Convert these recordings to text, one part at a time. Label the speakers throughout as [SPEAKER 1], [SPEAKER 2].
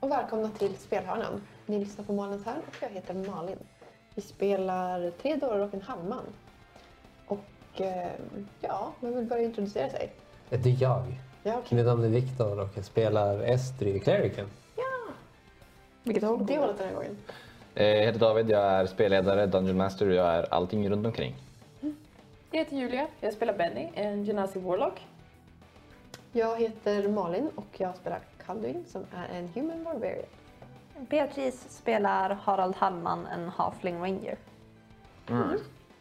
[SPEAKER 1] välkomna till Spelhörnan. Ni lyssnar på Malin Tern och jag heter Malin. Vi spelar Tre dörrar och en handman. Och eh, ja, man vill börja introducera sig.
[SPEAKER 2] Det är jag.
[SPEAKER 1] Ja, okej.
[SPEAKER 2] Mitt namn är Viktor och jag spelar Estri, clericen.
[SPEAKER 3] Vilket håll?
[SPEAKER 1] Det hållet den här gången.
[SPEAKER 4] Eh, Jag heter David, jag är spelledare, Dungeon Master och jag är allting runt omkring.
[SPEAKER 3] Jag heter Julia, jag spelar Benny, en genasi warlock.
[SPEAKER 1] Jag heter Malin och jag spelar Kalduin som är en human barbarian.
[SPEAKER 5] Beatrice spelar Harald Hallman, en halfling ranger.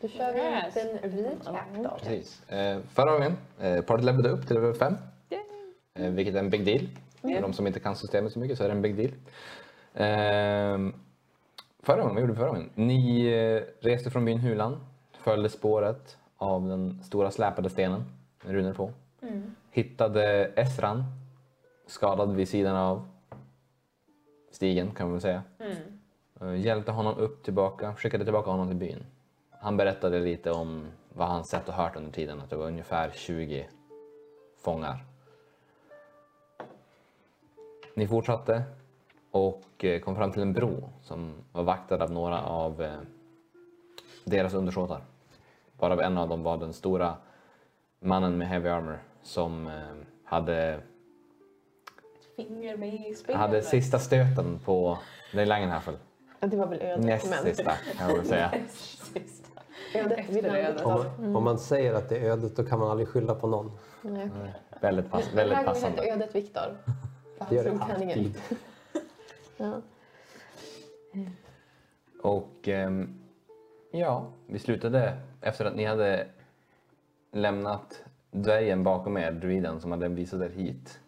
[SPEAKER 1] Då kör vi en
[SPEAKER 3] Yes.
[SPEAKER 1] liten recap då.
[SPEAKER 4] Precis. Eh, Förra gången, eh, partyt levlade upp till level 5. Eh, Vilket är en big deal.
[SPEAKER 3] Mm.
[SPEAKER 4] För de som inte kan systemet så mycket så är det en big deal. Ehm, Förra gången, vad gjorde vi förra gången? Ni eh, reste från byn Hulan, följde spåret av den stora släpade stenen med runor på. Hittade Esran, skadad vid sidan av stigen kan man väl säga. Eh, Hjälpte honom upp tillbaka, skickade tillbaka honom till byn. Han berättade lite om vad han sett och hört under tiden, att det var ungefär 20 fångar. Ni fortsatte och eh, kom fram till en bro som var vaktad av några av eh, deras undersåtar. Varav en av dem var den stora mannen med heavy armor som eh, hade
[SPEAKER 3] Finger med i spelet.
[SPEAKER 4] hade sista stöten på The Langenhaffel.
[SPEAKER 1] Ja, det var väl ödet.
[SPEAKER 4] Näst
[SPEAKER 1] men-
[SPEAKER 4] sista kan jag väl säga.
[SPEAKER 3] Sista.
[SPEAKER 1] Ödet vill
[SPEAKER 3] Efter
[SPEAKER 1] han
[SPEAKER 3] ödet.
[SPEAKER 1] inte
[SPEAKER 2] Om
[SPEAKER 1] ta.
[SPEAKER 2] man, om man säger att det är ödet då kan man aldrig skylla på någon.
[SPEAKER 1] Nej, okej.
[SPEAKER 4] Väldigt, pass,
[SPEAKER 1] Den här
[SPEAKER 4] väldigt
[SPEAKER 1] gången hette
[SPEAKER 4] passande.
[SPEAKER 1] ödet Viktor. För han
[SPEAKER 2] Det gör
[SPEAKER 1] slog
[SPEAKER 2] det
[SPEAKER 1] tärningen.
[SPEAKER 2] alltid.
[SPEAKER 1] Ja.
[SPEAKER 4] Och ehm, ja, vi slutade efter att ni hade lämnat dvärgen bakom er, druiden som hade visat er hit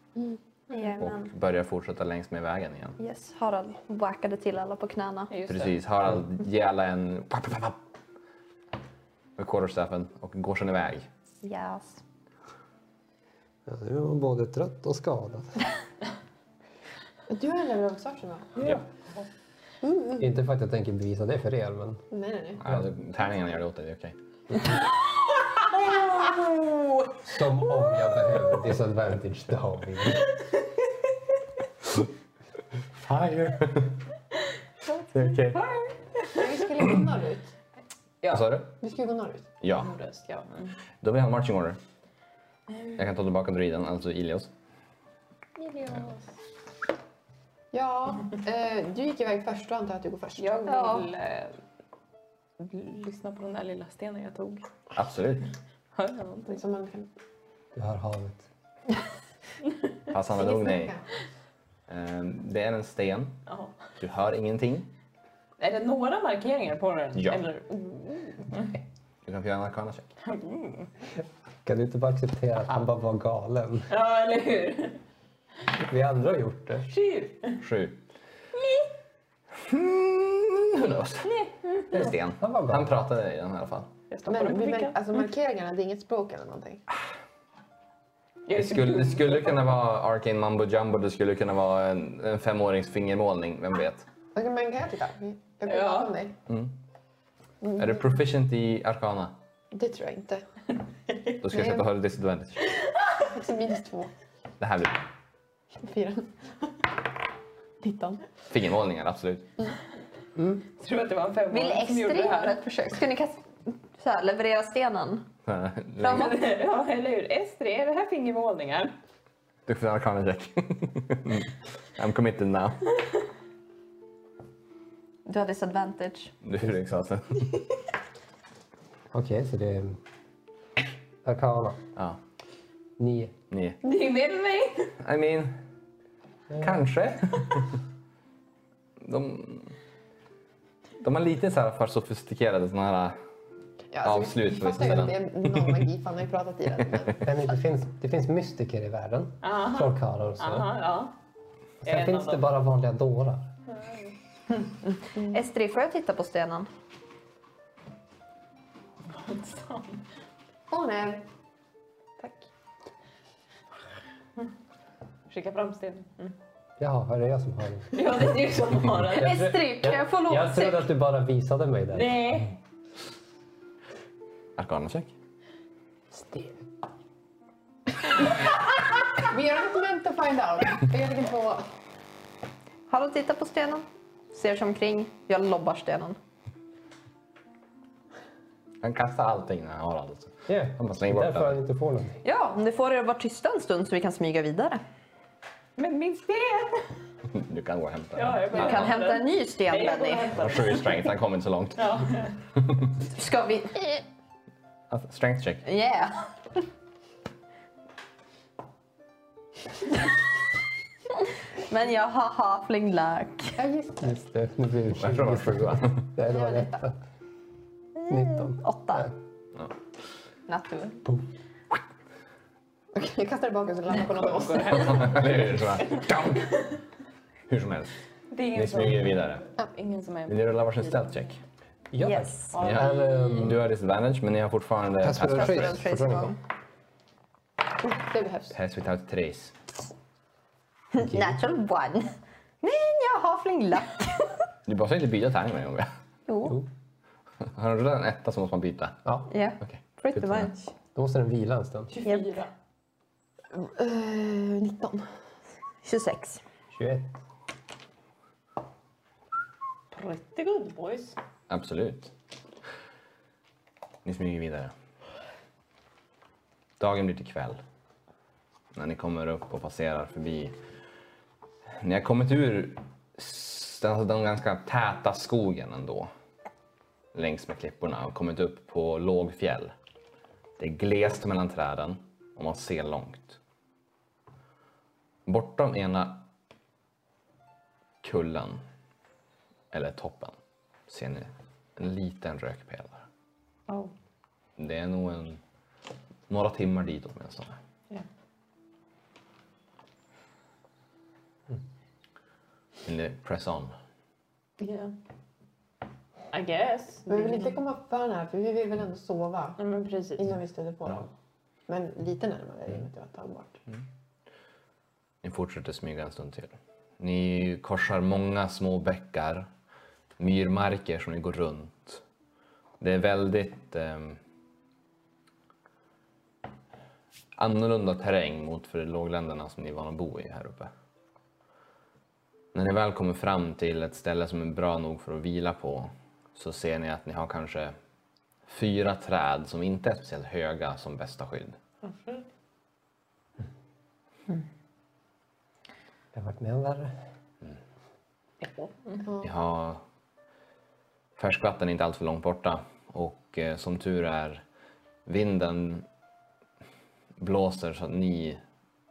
[SPEAKER 4] och
[SPEAKER 5] Jajamän.
[SPEAKER 3] Mm.
[SPEAKER 4] börjar fortsätta längs med vägen igen.
[SPEAKER 5] Yes, Harald whackade till alla på knäna.
[SPEAKER 3] Just det. Mm.
[SPEAKER 4] Precis, Harald ger alla en papp, papp, papp, med quarterstaffen och går sedan iväg.
[SPEAKER 5] Yes.
[SPEAKER 2] Ja, nu är man både trött och skadad.
[SPEAKER 1] Du har en level of exhaustion va?
[SPEAKER 4] Ja.
[SPEAKER 2] Inte för att jag tänker bevisa det för er, men
[SPEAKER 1] Nej, nej, nej.
[SPEAKER 4] Alltså, tärningarna gör det åt dig, det är okej.
[SPEAKER 2] som om jag behöver disadvantage David.
[SPEAKER 4] Fire! det är okej.
[SPEAKER 1] Men Vi skulle ju gå norrut.
[SPEAKER 4] Vad sa du?
[SPEAKER 1] Vi skulle gå norrut.
[SPEAKER 4] Ja,
[SPEAKER 3] Nordöst, ja. Mm.
[SPEAKER 4] då vill han marching order. Jag kan ta tillbaka druiden, alltså Ilios.
[SPEAKER 1] Ja, eh, du gick iväg först. Då antar jag att du går först.
[SPEAKER 3] Jag
[SPEAKER 5] Ja.
[SPEAKER 3] vill eh, l- lyssna på den där lilla stenen jag tog.
[SPEAKER 4] Absolut.
[SPEAKER 3] Hör jag någonting?
[SPEAKER 1] Som man kan...
[SPEAKER 2] Du hör havet.
[SPEAKER 4] Passande nog nej. Ehm, Det är en sten.
[SPEAKER 3] Ja.
[SPEAKER 4] Du hör ingenting.
[SPEAKER 3] Är det några markeringar på den?
[SPEAKER 4] Ja.
[SPEAKER 3] Eller, mm.
[SPEAKER 4] Du kan få göra en arkana check.
[SPEAKER 2] Kan du inte bara acceptera att han bara var galen?
[SPEAKER 3] ja, eller hur?
[SPEAKER 2] Vi andra har gjort det.
[SPEAKER 3] Tjur!
[SPEAKER 4] Sju. Mm, Who knows? Det är en sten.
[SPEAKER 2] Han var galen.
[SPEAKER 4] Han pratade i den här i alla fall.
[SPEAKER 3] Jag stoppar
[SPEAKER 1] Men
[SPEAKER 3] den på
[SPEAKER 1] vi,
[SPEAKER 3] fickan.
[SPEAKER 1] alltså markeringarna, det är inget språk eller någonting.
[SPEAKER 3] Jag är
[SPEAKER 4] Det
[SPEAKER 3] så
[SPEAKER 4] skulle,
[SPEAKER 3] dum.
[SPEAKER 4] det skulle kunna vara arcane mumbo jumbo. Det skulle kunna vara en, en femårings fingermålning. Vem vet?
[SPEAKER 1] Okej, men kan jag titta? Jag går
[SPEAKER 3] Ja.
[SPEAKER 1] bakom dig.
[SPEAKER 4] Är du proficient i arkana?
[SPEAKER 1] Det tror jag inte.
[SPEAKER 4] Då ska jag sätta höra disadvantage.
[SPEAKER 1] Också minus två.
[SPEAKER 4] Det här blir bra.
[SPEAKER 1] Fyra. Nitton.
[SPEAKER 4] Fingermålningar, absolut.
[SPEAKER 3] Jag tror att det var en femåring
[SPEAKER 5] Vill
[SPEAKER 3] som gjorde
[SPEAKER 5] Estrid
[SPEAKER 3] det
[SPEAKER 5] göra
[SPEAKER 3] här.
[SPEAKER 5] ett försök? Ska ni kasta, så här, leverera stenen? Framåt.
[SPEAKER 3] ja, eller hur? Estrid, är det här fingermålningar?
[SPEAKER 4] Du får en arkana check. Mm. I'm committed now.
[SPEAKER 5] Du har disadvantage.
[SPEAKER 4] Du är exhausted.
[SPEAKER 2] Okej, så det är... Arkana.
[SPEAKER 4] Ja,
[SPEAKER 2] Nio.
[SPEAKER 4] ni.
[SPEAKER 3] Ni är med mig?
[SPEAKER 4] I mean, kanske. de, de har lite så här för sofistikerade såna här...
[SPEAKER 1] Ja, alltså,
[SPEAKER 4] Avslut
[SPEAKER 1] Vi
[SPEAKER 4] på
[SPEAKER 1] fattar ju att det är någon magi, fan har ju pratat i den. Men
[SPEAKER 2] Nej, men Det finns, det finns mystiker i världen. Trollkarlar och så.
[SPEAKER 3] Aha, ja. Jag är
[SPEAKER 2] Sen
[SPEAKER 3] en
[SPEAKER 2] finns
[SPEAKER 3] av
[SPEAKER 2] det
[SPEAKER 3] dem.
[SPEAKER 2] bara vanliga dårar.
[SPEAKER 5] Estrid, får jag titta på stenen?
[SPEAKER 1] åh nej.
[SPEAKER 3] Tack. Skicka fram stenen. Mm.
[SPEAKER 2] Jaha, är det jag som har den?
[SPEAKER 3] Ja, det är du som har den.
[SPEAKER 2] tror-
[SPEAKER 5] Estrid, kan jag få
[SPEAKER 2] Jag trodde
[SPEAKER 5] låtse?
[SPEAKER 2] att du bara visade mig den.
[SPEAKER 3] Nej.
[SPEAKER 4] Arkanacheck.
[SPEAKER 1] We are not meant to find out. Vi är på
[SPEAKER 5] Harald tittar på stenen, ser sig omkring. Jag lobbar stenen.
[SPEAKER 4] Han kastar allting när han har allt. Alltså.
[SPEAKER 2] Ja,
[SPEAKER 4] Han bara slänger bort
[SPEAKER 2] därför
[SPEAKER 4] den.
[SPEAKER 2] han inte får någonting.
[SPEAKER 5] Ja, om ni får er att vara tysta en stund så vi kan smyga vidare.
[SPEAKER 3] Men min sten!
[SPEAKER 4] Du kan gå och hämta
[SPEAKER 3] Ja, jag
[SPEAKER 4] den.
[SPEAKER 3] bara-
[SPEAKER 5] Du kan hämta en ny sten,
[SPEAKER 3] Nej, jag går och
[SPEAKER 5] Benny.
[SPEAKER 4] Han har
[SPEAKER 3] hämtar den.
[SPEAKER 4] sju i strength, han kommer inte så långt.
[SPEAKER 3] Ja.
[SPEAKER 5] Ska vi...
[SPEAKER 4] Alltså, strength check.
[SPEAKER 5] Yeah! Men jag har halfling-lök.
[SPEAKER 1] Ja, just det.
[SPEAKER 2] Just det, nu blir det
[SPEAKER 4] Jag tror det var
[SPEAKER 2] 20.
[SPEAKER 4] sju va?
[SPEAKER 2] Nej, det var
[SPEAKER 1] Jag vet
[SPEAKER 2] lätt. 19.
[SPEAKER 5] Åtta.
[SPEAKER 4] Ja.
[SPEAKER 5] Natur.
[SPEAKER 1] Okej, jag kastar tillbaka så landar på något av oss.
[SPEAKER 4] Eller hur? Så här, dunk! Hur som helst,
[SPEAKER 3] Det är
[SPEAKER 4] ni
[SPEAKER 3] ingen som,
[SPEAKER 4] smyger vidare.
[SPEAKER 3] ingen som är...
[SPEAKER 4] Vill ni rulla varsin stealth check?
[SPEAKER 2] Ja, tack.
[SPEAKER 5] Yes.
[SPEAKER 4] Ni har- Du har disadvantage men ni har fortfarande
[SPEAKER 2] Pass without
[SPEAKER 4] pass-
[SPEAKER 2] trace.
[SPEAKER 5] trace.
[SPEAKER 2] Fortfarande igång.
[SPEAKER 1] Det behövs.
[SPEAKER 4] pass without trace.
[SPEAKER 5] Natural one. Nej, jag har halfling-lök.
[SPEAKER 4] Du behöver inte byta tärning med gång.
[SPEAKER 5] Jo.
[SPEAKER 4] Har du rullat en etta så måste man byta.
[SPEAKER 2] Ja,
[SPEAKER 5] Ja,
[SPEAKER 4] Okej.
[SPEAKER 5] pretty
[SPEAKER 4] Skitsamma.
[SPEAKER 5] much.
[SPEAKER 2] då måste den vila en stund.
[SPEAKER 3] 24.
[SPEAKER 1] Eh, 19.
[SPEAKER 5] 26.
[SPEAKER 2] 21.
[SPEAKER 3] Pretty good boys.
[SPEAKER 4] Absolut. Ni smyger vidare. Dagen blir till kväll. När ni kommer upp och passerar förbi. Ni har kommit ur s- den, den ganska täta skogen ändå. Längs med klipporna och kommit upp på låg fjäll. Det är glest mellan träden och man ser långt. Bortom ena kullen eller toppen ser ni en liten rökpelare.
[SPEAKER 3] Oh.
[SPEAKER 4] Det är nog en, några timmar dit åtminstone.
[SPEAKER 3] Ja.
[SPEAKER 4] Vill ni press on?
[SPEAKER 3] Yeah. I guess.
[SPEAKER 1] Men vi vill inte komma för den här för vi vill väl ändå sova
[SPEAKER 3] Nej, men precis.
[SPEAKER 1] innan vi stöter på dem. Men lite närmare är det inte att ta bort.
[SPEAKER 4] Ni fortsätter smyga en stund till. Ni korsar många små bäckar, myrmarker som ni går runt. Det är väldigt ehm, annorlunda terräng mot för lågländerna som ni är vana att bo i här uppe. När ni väl kommer fram till ett ställe som är bra nog för att vila på så ser ni att ni har kanske fyra träd som inte är speciellt höga som bästa skydd.
[SPEAKER 2] Jag har varit med om värre.
[SPEAKER 4] Vi har färskvatten är inte alltför långt borta och eh, som tur är vinden blåser så att ni,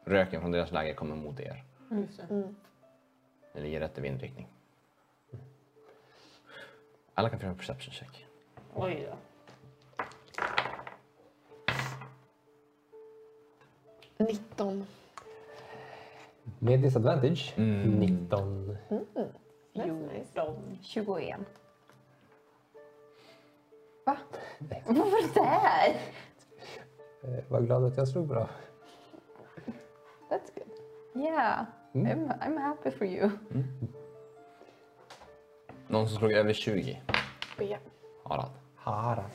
[SPEAKER 4] röken från deras läger kommer mot er.
[SPEAKER 3] Just det.
[SPEAKER 4] Ni ligger rätt i vindriktning. Alla kan få göra en perception check.
[SPEAKER 3] Oj då.
[SPEAKER 1] 19.
[SPEAKER 2] Med disadvantage.
[SPEAKER 4] Mm.
[SPEAKER 2] 19.
[SPEAKER 1] That's nice.
[SPEAKER 3] 14.
[SPEAKER 5] 21.
[SPEAKER 1] Va?
[SPEAKER 5] Vad var det där?
[SPEAKER 2] Eh, Var glad att jag slog bra.
[SPEAKER 1] That's good.
[SPEAKER 5] Yeah, I'm, I'm happy for you.
[SPEAKER 4] Någon som slog över 20?
[SPEAKER 1] B.
[SPEAKER 4] Harald.
[SPEAKER 2] Harald.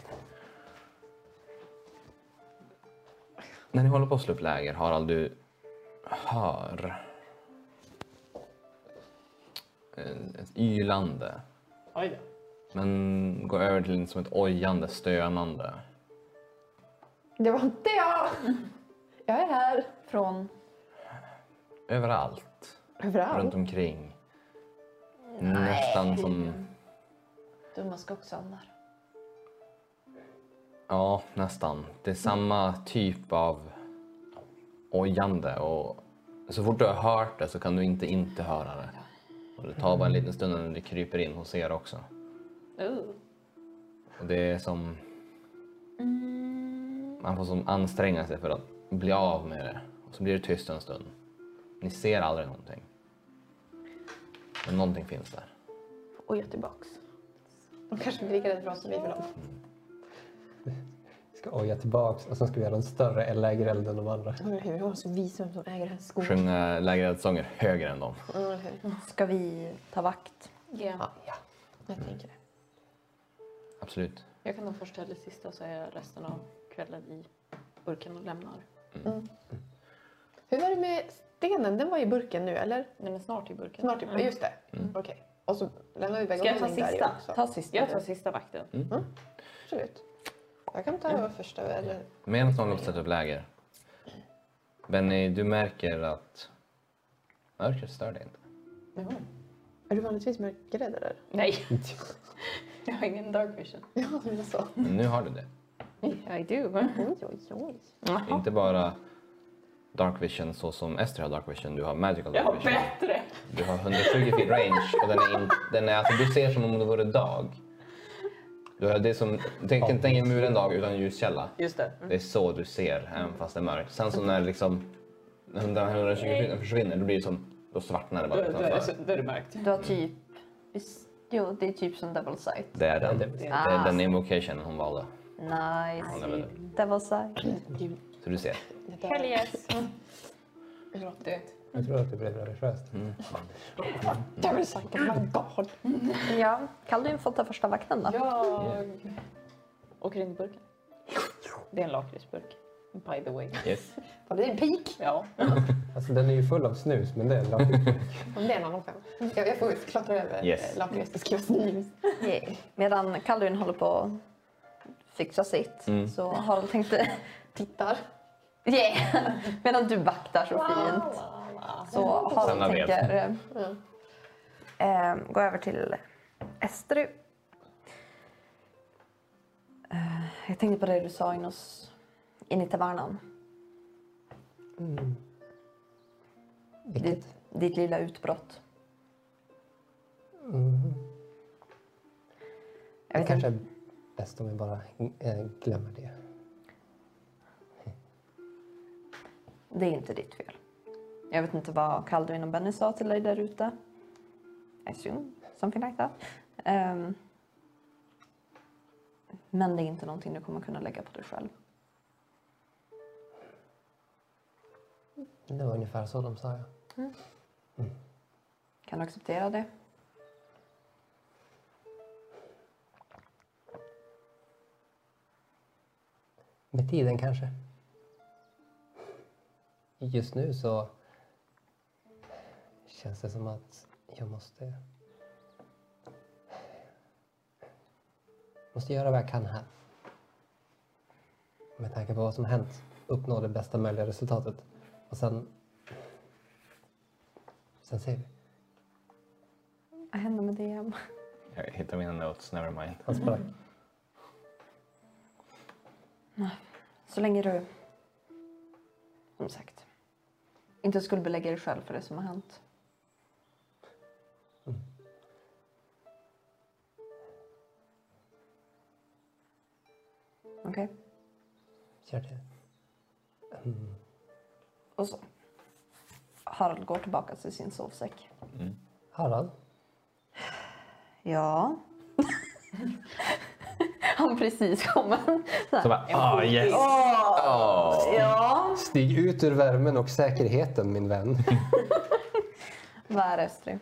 [SPEAKER 4] När ni håller på att slå upp läger, Harald, du hör eh, ett ylande
[SPEAKER 3] Oj då.
[SPEAKER 4] Men gå över till som ett ojande, stönande.
[SPEAKER 1] Det var inte jag! Jag är här.
[SPEAKER 5] Från...
[SPEAKER 4] Överallt. Runt
[SPEAKER 1] Överallt.
[SPEAKER 4] omkring. Nästan som...
[SPEAKER 5] Dumma skogsandar.
[SPEAKER 4] Ja, nästan. Det är samma typ av ojande. Och så fort du har hört det så kan du inte inte höra det. Och det tar bara en liten stund innan det kryper in hos er också.
[SPEAKER 3] Oh.
[SPEAKER 4] Och det är som... Man får som anstränga sig för att bli av med det. Och så blir det tyst en stund. Ni ser aldrig någonting. Men någonting finns där.
[SPEAKER 1] Och jag är tillbaks. De kanske blir lika rädda för oss som vi är för dem.
[SPEAKER 2] Ska oja tillbaks och sen ska vi göra en större eller lägre eld än de andra.
[SPEAKER 1] Vi måste visa vem som äger den här skogen.
[SPEAKER 4] Sjunga lägereldsånger högre än dem.
[SPEAKER 1] Ja, eller hur?
[SPEAKER 5] Ska vi ta vakt?
[SPEAKER 3] Yeah.
[SPEAKER 1] Ja, ja. Jag tänker det.
[SPEAKER 4] Absolut.
[SPEAKER 3] Jag kan ta första eller sista så är jag resten av kvällen i burken och lämnar.
[SPEAKER 1] Hur var det med Stenen, den var i burken nu eller?
[SPEAKER 3] Nej men snart i burken.
[SPEAKER 1] Snart i
[SPEAKER 3] Ja.
[SPEAKER 1] just det. Okej. Och så lämnar vi iväg
[SPEAKER 5] Ska jag ta
[SPEAKER 1] någonting där ju
[SPEAKER 5] sista?
[SPEAKER 1] också.
[SPEAKER 5] Ta sista.
[SPEAKER 3] Jag tar sista vakten.
[SPEAKER 1] Absolut. Jag kan ta första eller...
[SPEAKER 4] Medan de låter sätta upp läger. Benny, du märker att mörkret stör dig inte.
[SPEAKER 1] Är du vanligtvis mörkrädd eller?
[SPEAKER 3] Nej. jag har ingen dark vision.
[SPEAKER 1] Ja, det var så.
[SPEAKER 4] Men nu har du det.
[SPEAKER 3] I do.
[SPEAKER 1] Oj, oj, oj.
[SPEAKER 4] Inte bara dark vision så som Esther har dark vision, du har magical dark
[SPEAKER 3] Jag har
[SPEAKER 4] vision.
[SPEAKER 3] bättre.
[SPEAKER 4] Du har 120 feet range och den är, in, den är alltså, du ser som om det vore dag. Du har det är som, tänk inte en muren dag utan ljuskälla.
[SPEAKER 3] Just det.
[SPEAKER 4] Det är så du ser även fast det är mörkt. Sen så när liksom 100 120 feet försvinner, då blir det som, då svartnar det
[SPEAKER 3] Då,
[SPEAKER 4] bara
[SPEAKER 3] då, är, det
[SPEAKER 4] utanför.
[SPEAKER 3] så- då är alltså, det mörkt.
[SPEAKER 5] Du har typ... Visst, jo, det är typ som double sight.
[SPEAKER 4] Det är den, det är den invocation hon valde.
[SPEAKER 5] Nice.
[SPEAKER 4] Ja, men-
[SPEAKER 5] Double sight.
[SPEAKER 1] Gud,
[SPEAKER 4] Så du ser.
[SPEAKER 1] det där-
[SPEAKER 3] Hell yes.
[SPEAKER 1] jag låter-
[SPEAKER 2] Jag tror att det blev religiöst.
[SPEAKER 4] Mm.
[SPEAKER 1] Det har du sagt att man barn.
[SPEAKER 5] Ja, Kalduin får ta första vakten då.
[SPEAKER 3] Jag åker in i burken. Det är en lakritsburk. By the way.
[SPEAKER 4] Yes.
[SPEAKER 1] Var det en pik?
[SPEAKER 3] Ja.
[SPEAKER 2] Alltså den är ju full av snus men det är lakrits.
[SPEAKER 1] Om det är en annan fem. Jag, jag får klättra över eh,
[SPEAKER 4] Yes.
[SPEAKER 1] yes. lakrits och skriva snus.
[SPEAKER 5] Yeah. Medan Kalduin håller på att fixa sitt så Harald tänkte...
[SPEAKER 1] Tittar.
[SPEAKER 5] Yeah! Medan du vaktar så fint så
[SPEAKER 4] Samla
[SPEAKER 5] Harald
[SPEAKER 4] ved.
[SPEAKER 5] tänker eh, gå över till Estru. Eh, jag tänkte på det du sa in, hos, in i tavernan.
[SPEAKER 2] Mm.
[SPEAKER 5] Ditt, ditt lilla utbrott. Jag
[SPEAKER 2] Mm. Det
[SPEAKER 5] vet
[SPEAKER 2] kanske är bäst om vi bara eh, glömmer det.
[SPEAKER 5] Det är inte ditt fel. Jag vet inte vad Calduin och Benny sa till dig där ute. I assume something like that. Ehm. men det är inte någonting du kommer kunna lägga på dig själv.
[SPEAKER 2] Det var ungefär så de sa ja.
[SPEAKER 5] Kan du acceptera det?
[SPEAKER 2] Med tiden kanske. Just nu så känns det som att jag måste... Måste göra vad jag kan här. Med tanke på vad som hänt. Uppnå det bästa möjliga resultatet. Och sen... Sen ser vi.
[SPEAKER 5] Vad hände med DM?
[SPEAKER 4] Jag hittar mina notes, never mind.
[SPEAKER 2] Han sprack.
[SPEAKER 5] Så länge du, som sagt, inte skulle belägga dig själv för det som har hänt. Okej,
[SPEAKER 2] Kör det.
[SPEAKER 5] och så. Harald går tillbaka till sin sovsäck.
[SPEAKER 2] Harald?
[SPEAKER 5] Ja. Han precis kommer. Så här,
[SPEAKER 4] Så bara, ah yes! Ah.
[SPEAKER 5] Ja.
[SPEAKER 2] Stig ut ur värmen och säkerheten min vän.
[SPEAKER 5] Vad är Estri?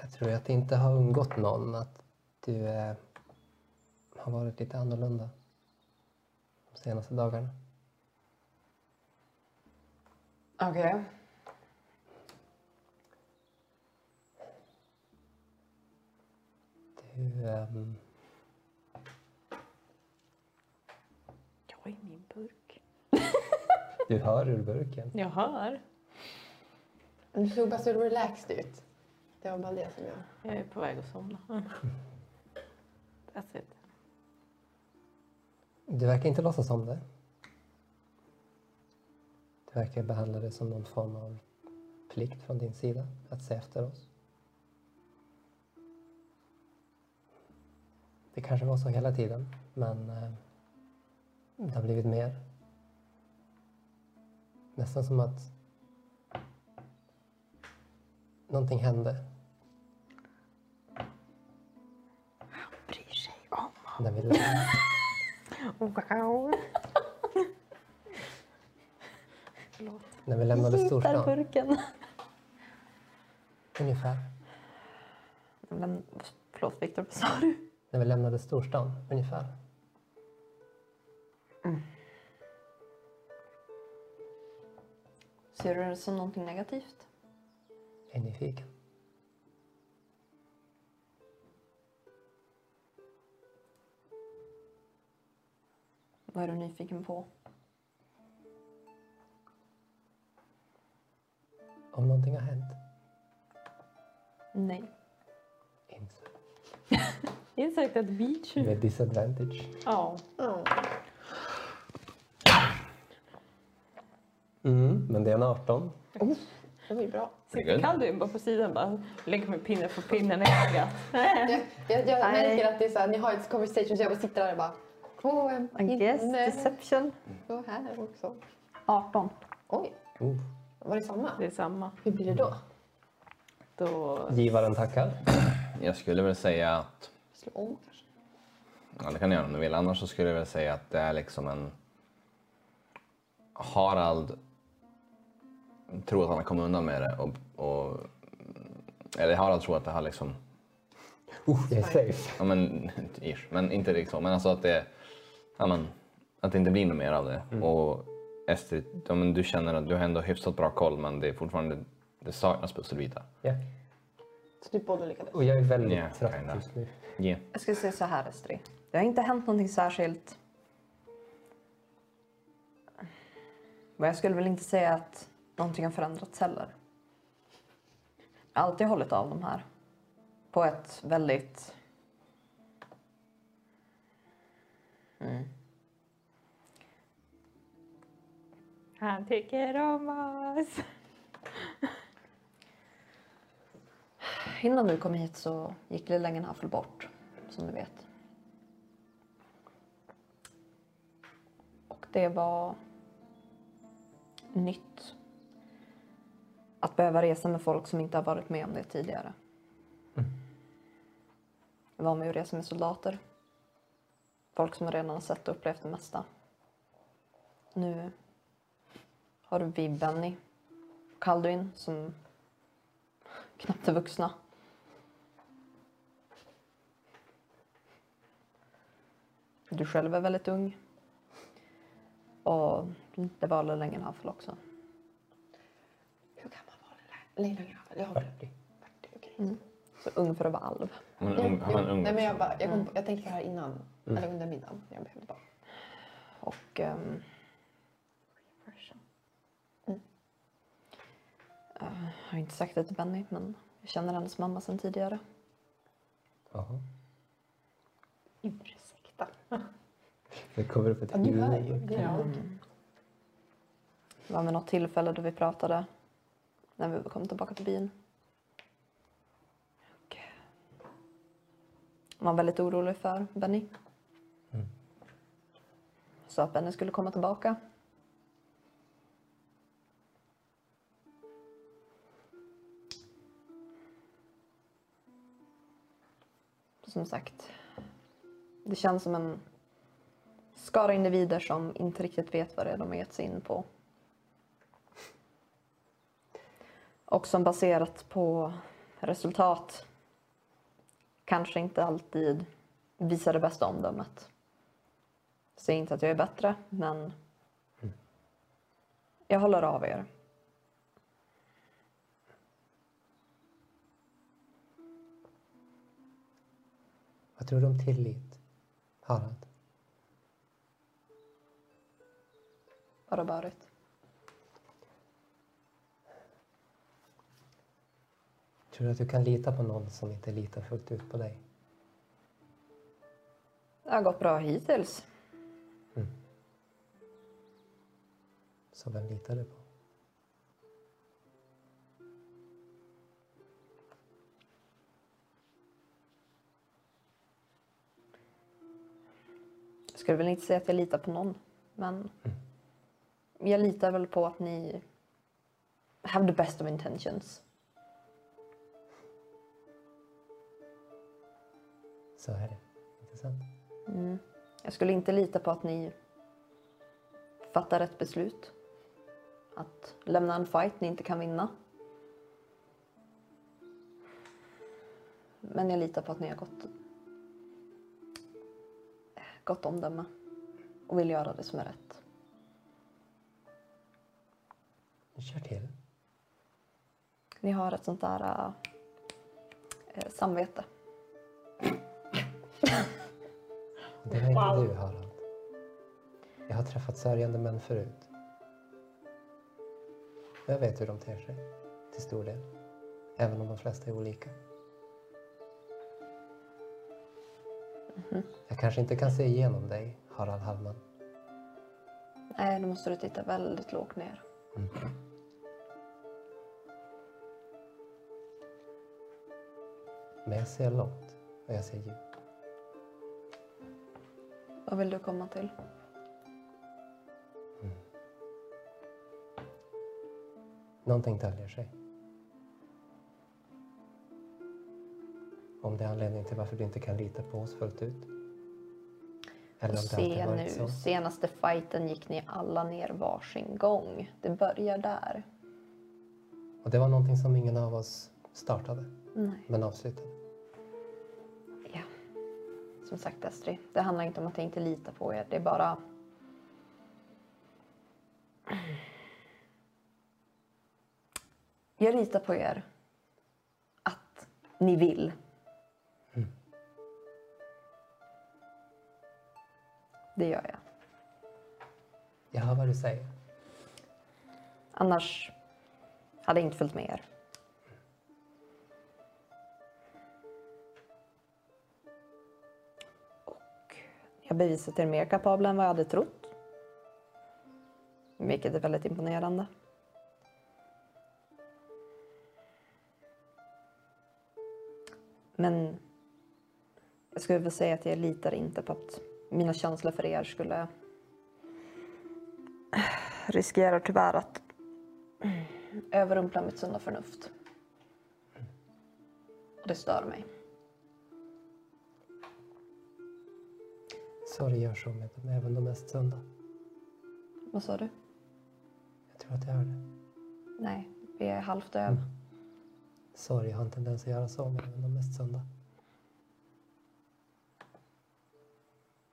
[SPEAKER 2] Jag tror att det inte har undgått någon att du eh, har varit lite annorlunda de senaste dagarna.
[SPEAKER 5] Okej.
[SPEAKER 2] Du, ehm,
[SPEAKER 3] Jag är i min burk.
[SPEAKER 2] du hör ur burken.
[SPEAKER 3] Jag hör.
[SPEAKER 1] Du såg bara så relaxed ut. Det var bara det som jag...
[SPEAKER 3] Jag är på väg att somna. That's it.
[SPEAKER 2] Du verkar inte låtsas om det. Du verkar behandla det som någon form av plikt från din sida att se efter oss. Det kanske var så hela tiden, men eh, det har blivit mer. Nästan som att någonting hände
[SPEAKER 5] Bryr sig om.
[SPEAKER 2] när vi lämnade.
[SPEAKER 5] Wow.
[SPEAKER 2] När vi lämnade
[SPEAKER 5] Hittar
[SPEAKER 2] storstan,
[SPEAKER 5] burken.
[SPEAKER 2] ungefär.
[SPEAKER 5] Läm- Förlåt Viktor, vad sa du?
[SPEAKER 2] När vi lämnade storstan, ungefär.
[SPEAKER 5] Ser du det som någonting negativt?
[SPEAKER 2] Jag är nyfiken.
[SPEAKER 5] Vad är du nyfiken på?
[SPEAKER 2] Om någonting har hänt,
[SPEAKER 5] Nej.
[SPEAKER 2] inse.
[SPEAKER 3] Insight att vi tjuv...
[SPEAKER 2] Med disadvantage.
[SPEAKER 3] Ja.
[SPEAKER 1] Ja.
[SPEAKER 2] Mm, men det är en 18.
[SPEAKER 1] Det var ju bra.
[SPEAKER 6] Herregud.
[SPEAKER 3] Sitter Kalduin bara på sidan bara lägger mig pinne för pinnen i ögat.
[SPEAKER 1] Jag, jag, jag
[SPEAKER 5] Nej.
[SPEAKER 1] märker att det är så här, ni har ett conversation så jag bara sitter där och bara KM
[SPEAKER 5] I guess
[SPEAKER 1] inne
[SPEAKER 5] deception.
[SPEAKER 1] och här också.
[SPEAKER 5] 18.
[SPEAKER 1] Oj,
[SPEAKER 2] Oh.
[SPEAKER 1] var det samma?
[SPEAKER 3] Det är samma.
[SPEAKER 1] Hur blir det då?
[SPEAKER 3] Då...
[SPEAKER 2] Givaren tackar.
[SPEAKER 6] Jag skulle väl säga att...
[SPEAKER 1] Slå om kanske?
[SPEAKER 6] Ja, det kan ni göra om ni vill. Annars så skulle jag väl säga att det är liksom en... Harald tror att han har kommit undan med det och... och eller Harald tror att det har liksom...
[SPEAKER 2] Oh, jag är safe.
[SPEAKER 6] Ja, men, ish, men inte riktigt så. Men alltså att det, ja, men, att det inte blir något mer av det.
[SPEAKER 1] Mm.
[SPEAKER 6] Och Estrid, ja, men du känner att du har ändå hyfsat bra koll men det är fortfarande, det saknas pusselbitar.
[SPEAKER 2] Ja.
[SPEAKER 1] Så du båda lyckades?
[SPEAKER 2] Och jag är väldigt
[SPEAKER 6] Ja,
[SPEAKER 2] trött
[SPEAKER 6] kinda.
[SPEAKER 2] just nu.
[SPEAKER 6] Yeah.
[SPEAKER 5] Jag skulle säga så här, Estri. Det har inte hänt någonting särskilt. Men jag skulle väl inte säga att någonting har förändrats heller. Jag har alltid hållit av de här. På ett väldigt...
[SPEAKER 3] Han tycker om oss.
[SPEAKER 5] Innan du kom hit så gick lilla Haffel bort, som du vet. Och det var nytt. Att behöva resa med folk som inte har varit med om det tidigare. Jag var med och resa med soldater. Folk som redan har sett och upplevt det mesta. Nu har vi Benny och Kalduin som knappt är vuxna. Du själv är väldigt ung. Och det var Lilla Längenhaffel också.
[SPEAKER 1] Hur gammal var den där? Leila Gravel? Jag har 40. 40 okej.
[SPEAKER 5] Så ung för att vara alv.
[SPEAKER 6] Han är en ung, han är en ung
[SPEAKER 1] Nej, men jag,
[SPEAKER 6] vuxen.
[SPEAKER 1] bara, jag, kom, jag tänkte på det här innan, eller under middagen. Jag behövde bara.
[SPEAKER 5] Och... ehm, Mm. Eh, jag har inte sagt det till Benny, men jag känner hennes mamma sedan tidigare.
[SPEAKER 2] Jaha.
[SPEAKER 1] Ursäkta. Mm.
[SPEAKER 2] Det kommer upp ett
[SPEAKER 1] Ja, du hör
[SPEAKER 2] ljud.
[SPEAKER 1] ju. Det är jag.
[SPEAKER 5] Det var vid något tillfälle då vi pratade när vi kom tillbaka till byn. Och man var väldigt orolig för Benny. Sa att Benny skulle komma tillbaka. Som sagt, det känns som en skara individer som inte riktigt vet vad det är de har gett sig in på. Och som baserat på resultat kanske inte alltid visar det bästa omdömet. Säger inte att jag är bättre, men jag håller av er.
[SPEAKER 2] Vad tror du om tillit, Harald?
[SPEAKER 5] Bara börjat.
[SPEAKER 2] Tror du att du kan lita på någon som inte litar fullt ut på dig?
[SPEAKER 5] Det har gått bra hittills.
[SPEAKER 2] Så vem litar du på?
[SPEAKER 5] Jag skulle väl inte säga att jag litar på någon, men jag litar väl på att ni have the best of intentions.
[SPEAKER 2] Så är det. Intressant.
[SPEAKER 5] Jag skulle inte lita på att ni fattar rätt beslut. Att lämna en fight ni inte kan vinna. Men jag litar på att ni har gott, gott omdöme och vill göra det som är rätt.
[SPEAKER 2] Vi kör till.
[SPEAKER 5] Ni har ett sånt där eh, eh, samvete.
[SPEAKER 2] Det har inte
[SPEAKER 3] Wow.
[SPEAKER 2] du, Harald. Jag har träffat sörjande män förut. Jag vet hur de ter sig, till stor del. Även om de flesta är olika.
[SPEAKER 5] Mhm.
[SPEAKER 2] Jag kanske inte kan se igenom dig, Harald Hallman.
[SPEAKER 5] Nej, då måste du titta väldigt lågt ner.
[SPEAKER 2] Men jag ser långt och jag ser djupt.
[SPEAKER 5] Vad vill du komma till?
[SPEAKER 2] Någonting döljer sig. Om det är anledningen till varför du inte kan lita på oss fullt ut. Eller om det alltid
[SPEAKER 5] Se
[SPEAKER 2] varit så.
[SPEAKER 5] nu, senaste fighten gick ni alla ner varsin gång. Det börjar där.
[SPEAKER 2] Och det var någonting som ingen av oss startade,
[SPEAKER 5] Nej.
[SPEAKER 2] men avslutade.
[SPEAKER 5] Ja. Som sagt, Astrid, det handlar inte om att jag inte litar på er. Det är bara... Jag litar på er. Att ni vill.
[SPEAKER 2] Mm.
[SPEAKER 5] Det gör jag.
[SPEAKER 2] Jag hör vad du säger.
[SPEAKER 5] Annars hade jag inte följt med er. Och jag har bevisat er mer kapabla än vad jag hade trott. Vilket är väldigt imponerande. Men jag skulle väl säga att jag litar inte på att mina känslor för er skulle riskerar tyvärr att överrumpla mitt sunda förnuft. Och det stör mig.
[SPEAKER 2] Sorg gör så med dem, även de mest sunda.
[SPEAKER 5] Vad sa du?
[SPEAKER 2] Jag tror att jag hör det.
[SPEAKER 5] Nej, vi är halvt döva.
[SPEAKER 2] Sorg har en tendens att göra så med även de mest sunda.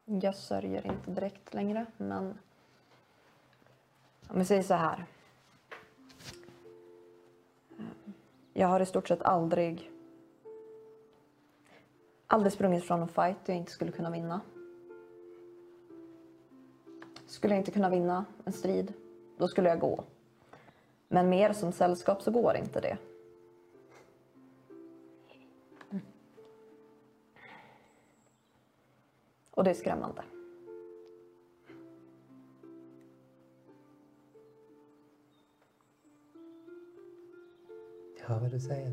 [SPEAKER 5] Jag sörjer inte direkt längre, men... Om vi säger så här. Eh, Jag har i stort sett aldrig... Aldrig sprungit från en fight jag inte skulle kunna vinna. Skulle jag inte kunna vinna en strid, då skulle jag gå. Men mer som sällskap så går inte det. Och det är skrämmande.
[SPEAKER 2] Jag hör vad du säger.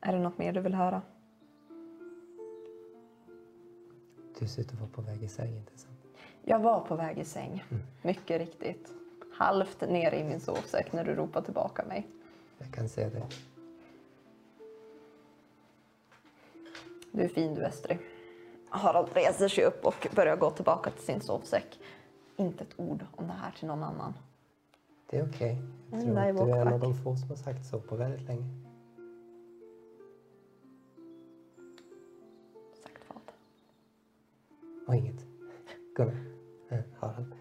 [SPEAKER 5] Är det något mer du vill höra?
[SPEAKER 2] Du ser ut att vara på väg i säng, inte sant?
[SPEAKER 5] Jag var på väg i säng, mycket riktigt. Halvt nere i min sovsäck när du ropade tillbaka mig.
[SPEAKER 2] Jag kan se det.
[SPEAKER 5] Du är fin du, Estri. Harald reser sig upp och börjar gå tillbaka till sin sovsäck. Inte ett ord om det här till någon annan.
[SPEAKER 2] Det är okej. Jag tror
[SPEAKER 5] nej,
[SPEAKER 2] att du är en
[SPEAKER 5] walkback.
[SPEAKER 2] av de få som har sagt så på väldigt länge.
[SPEAKER 5] Sagt vad?
[SPEAKER 2] Och inget. Gunnar. Eh, Harald.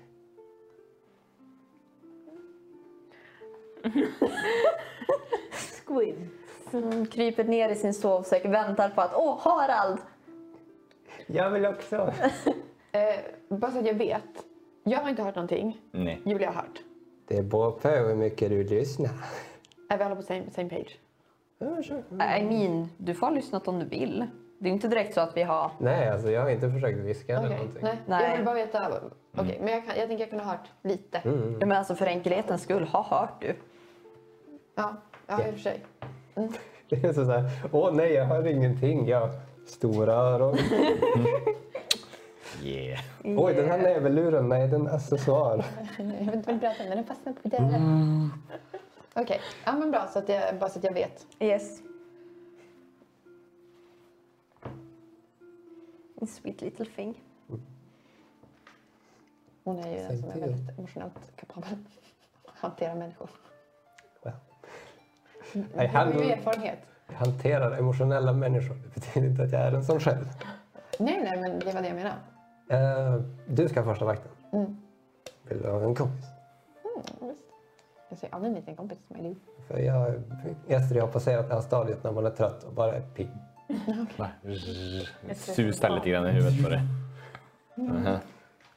[SPEAKER 3] Squid.
[SPEAKER 5] Mm, kryper ner i sin sovsäck, väntar på att åh, Harald!
[SPEAKER 2] Jag vill också!
[SPEAKER 1] Eh, bara så att jag vet. Jag har inte hört någonting.
[SPEAKER 6] Nej.
[SPEAKER 1] Julia har hört.
[SPEAKER 2] Det beror på hur mycket du lyssnar.
[SPEAKER 1] Är vi alla på same, same page?
[SPEAKER 2] Ja, sure.
[SPEAKER 5] I mean, du får ha lyssnat om du vill. Det är inte direkt så att vi har...
[SPEAKER 2] Nej, alltså jag har inte försökt viska eller
[SPEAKER 1] Okej,
[SPEAKER 2] någonting. Mm.
[SPEAKER 1] Nej.
[SPEAKER 5] Nej.
[SPEAKER 1] Jag vill bara veta. Okej, men jag, kan, jag tänker jag kunde ha hört lite.
[SPEAKER 5] Ja, Men alltså för enkelhetens skull, har hört du?
[SPEAKER 1] Ja, ja, i och för sig.
[SPEAKER 2] Det är så här, åh nej, jag hör ingenting. Jag har stora öron.
[SPEAKER 6] Yeah.
[SPEAKER 2] Oj, den här näverluren, nej, den är en accessoar.
[SPEAKER 1] Jag vet inte vad du pratar om, men den fastnar på det.
[SPEAKER 2] Mm.
[SPEAKER 1] Okej, ja, men bra. Så att jag, bara så att jag vet.
[SPEAKER 5] Yes. A sweet little thing.
[SPEAKER 1] Hon är ju den
[SPEAKER 2] Same
[SPEAKER 1] som är
[SPEAKER 2] to you.
[SPEAKER 1] väldigt emotionellt kapabel att hantera människor.
[SPEAKER 2] Well. I
[SPEAKER 1] Jag har ju
[SPEAKER 2] handle,
[SPEAKER 1] erfarenhet.
[SPEAKER 2] jag hanterar emotionella människor. Det betyder inte att jag är en sån själv.
[SPEAKER 1] Nej, nej, men det var det jag menade.
[SPEAKER 2] Eh, du ska ha första vakten.
[SPEAKER 1] Mm.
[SPEAKER 2] Vet eller av en kompis.
[SPEAKER 1] Visst. Jag säger aldrig nej till en kompis som är du.
[SPEAKER 2] För jag, efter jag har passerat det här stadiet när man är trött och bara är pigg.
[SPEAKER 6] Bara Susar lite grann i huvudet på det.
[SPEAKER 1] Mm.
[SPEAKER 6] Aha.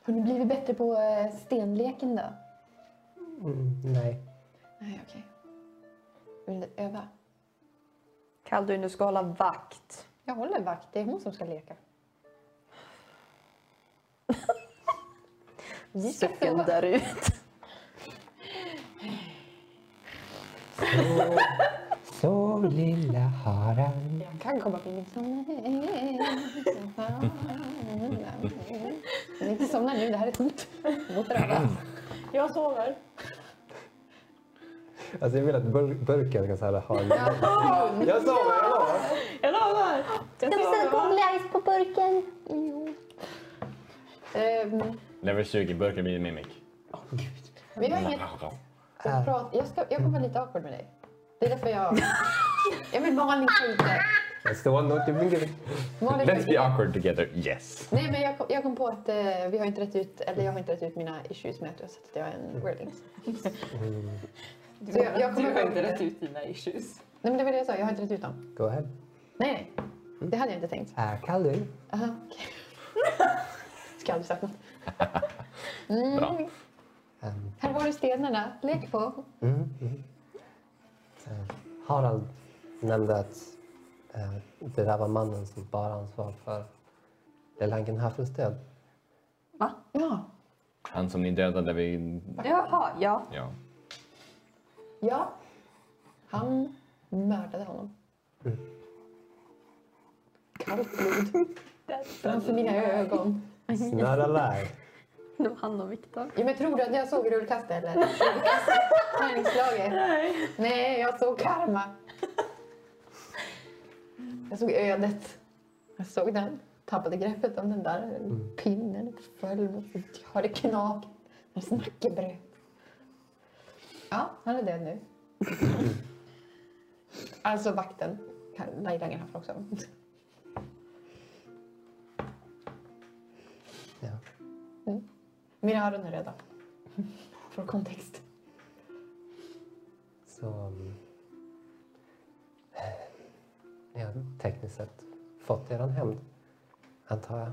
[SPEAKER 1] Har ni blivit bättre på eh, stenleken då?
[SPEAKER 2] Mm, nej.
[SPEAKER 1] Nej, okej. Vill du öva?
[SPEAKER 5] Kalduin, du ska hålla vakt.
[SPEAKER 1] Jag håller vakt. Det är hon som ska leka. Vi ska
[SPEAKER 5] Sucken
[SPEAKER 1] prova.
[SPEAKER 5] där ut.
[SPEAKER 2] Så lilla haran.
[SPEAKER 1] Jag kan komma på mitt somna Ni inte somnar nu, det här är ett hot mot er alla.
[SPEAKER 3] Jag sover.
[SPEAKER 2] Alltså jag vill att bur- burken ska så här ha en... Jag sover, jag lovar!
[SPEAKER 3] Jag lovar! Jag sover.
[SPEAKER 1] Gomliajs på burken! Jo. Ehm,
[SPEAKER 6] Level 20 burken blir en mimik.
[SPEAKER 1] vi har inget att prata... Jag, ska, jag kommer vara lite awkward med dig. Det är därför jag... Jag vill Malin ska inte...
[SPEAKER 2] Jag står något i min grej.
[SPEAKER 1] Malin
[SPEAKER 6] Let's
[SPEAKER 1] ska
[SPEAKER 6] be
[SPEAKER 1] inte...
[SPEAKER 6] awkward together, yes.
[SPEAKER 1] Nej, men jag kom, jag kom på att eh, vi har inte rätt ut... Eller jag har inte rätt ut mina issues med att du har sett att jag är en weirdling. Så jag, jag kommer
[SPEAKER 3] Mm. Du har inte
[SPEAKER 1] ihåg-
[SPEAKER 3] rätt ut dina issues.
[SPEAKER 1] Nej, men det var det jag sa. Jag har inte rätt ut dem.
[SPEAKER 2] Go ahead. Äh,
[SPEAKER 1] Nej, nej. Det hade jag inte tänkt.
[SPEAKER 2] Är Kalduin?
[SPEAKER 1] Aha, okej. Ska aldrig sagt något. Mm.
[SPEAKER 6] Bra.
[SPEAKER 2] Um,
[SPEAKER 1] Här var du stenarna. Lek på.
[SPEAKER 2] mm, mm. Eh, Harald nämnde att eh, det där var mannen som bar ansvar för Lelhanken Haffels död.
[SPEAKER 5] Va?
[SPEAKER 1] Ja.
[SPEAKER 6] Han som ni dödade vid...
[SPEAKER 5] Jaha, ja.
[SPEAKER 6] Ja.
[SPEAKER 1] Ja. Han mördade honom.
[SPEAKER 3] Mm.
[SPEAKER 1] Kallt blod framför mina ögon.
[SPEAKER 2] It's not a lie.
[SPEAKER 5] Det var han och Viktor.
[SPEAKER 1] Ja, men tror du att jag såg rullkastet eller? Tärningsslaget? Nej. Nej, jag såg karma. Jag såg ödet. Jag såg den. Tappade greppet om den där pinnen. Föll mot mitt- jag hörde knak. Hennes nacke bröt. Ja, han är död nu. alltså vakten. Lajlangen haft också.
[SPEAKER 2] Ja.
[SPEAKER 1] Mina öron är röda. Från kontext.
[SPEAKER 2] Så... mm, Ni har tekniskt sett fått er hämnd, antar jag.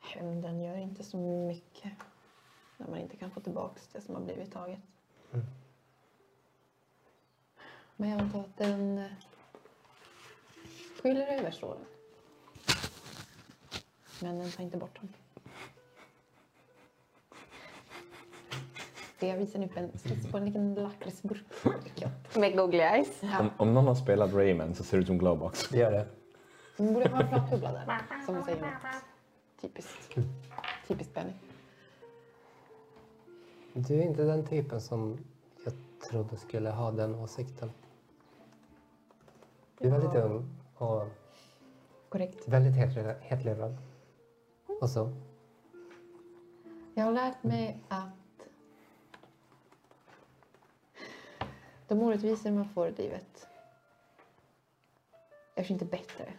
[SPEAKER 1] Hämnden gör inte så mycket när man inte kan få tillbaka det som har blivit taget. Men jag antar att den eh, skyller över såren. Men den tar inte bort dem. Jag visar upp en skiss på en liten lakritsburk.
[SPEAKER 5] Med googly eyes.
[SPEAKER 6] Om, om någon har spelat Rayman så ser det ut som Glowbox.
[SPEAKER 2] Gör det.
[SPEAKER 1] Man borde ha en pratbubbla där som säger något. Typiskt. Typiskt Benny.
[SPEAKER 2] Du är inte den typen som jag trodde skulle ha den åsikten. Du är väldigt ung och
[SPEAKER 1] Korrekt.
[SPEAKER 2] väldigt hetle- hetlevrad. Och så.
[SPEAKER 1] Jag har lärt mig att de orättvisor man får i livet görs inte bättre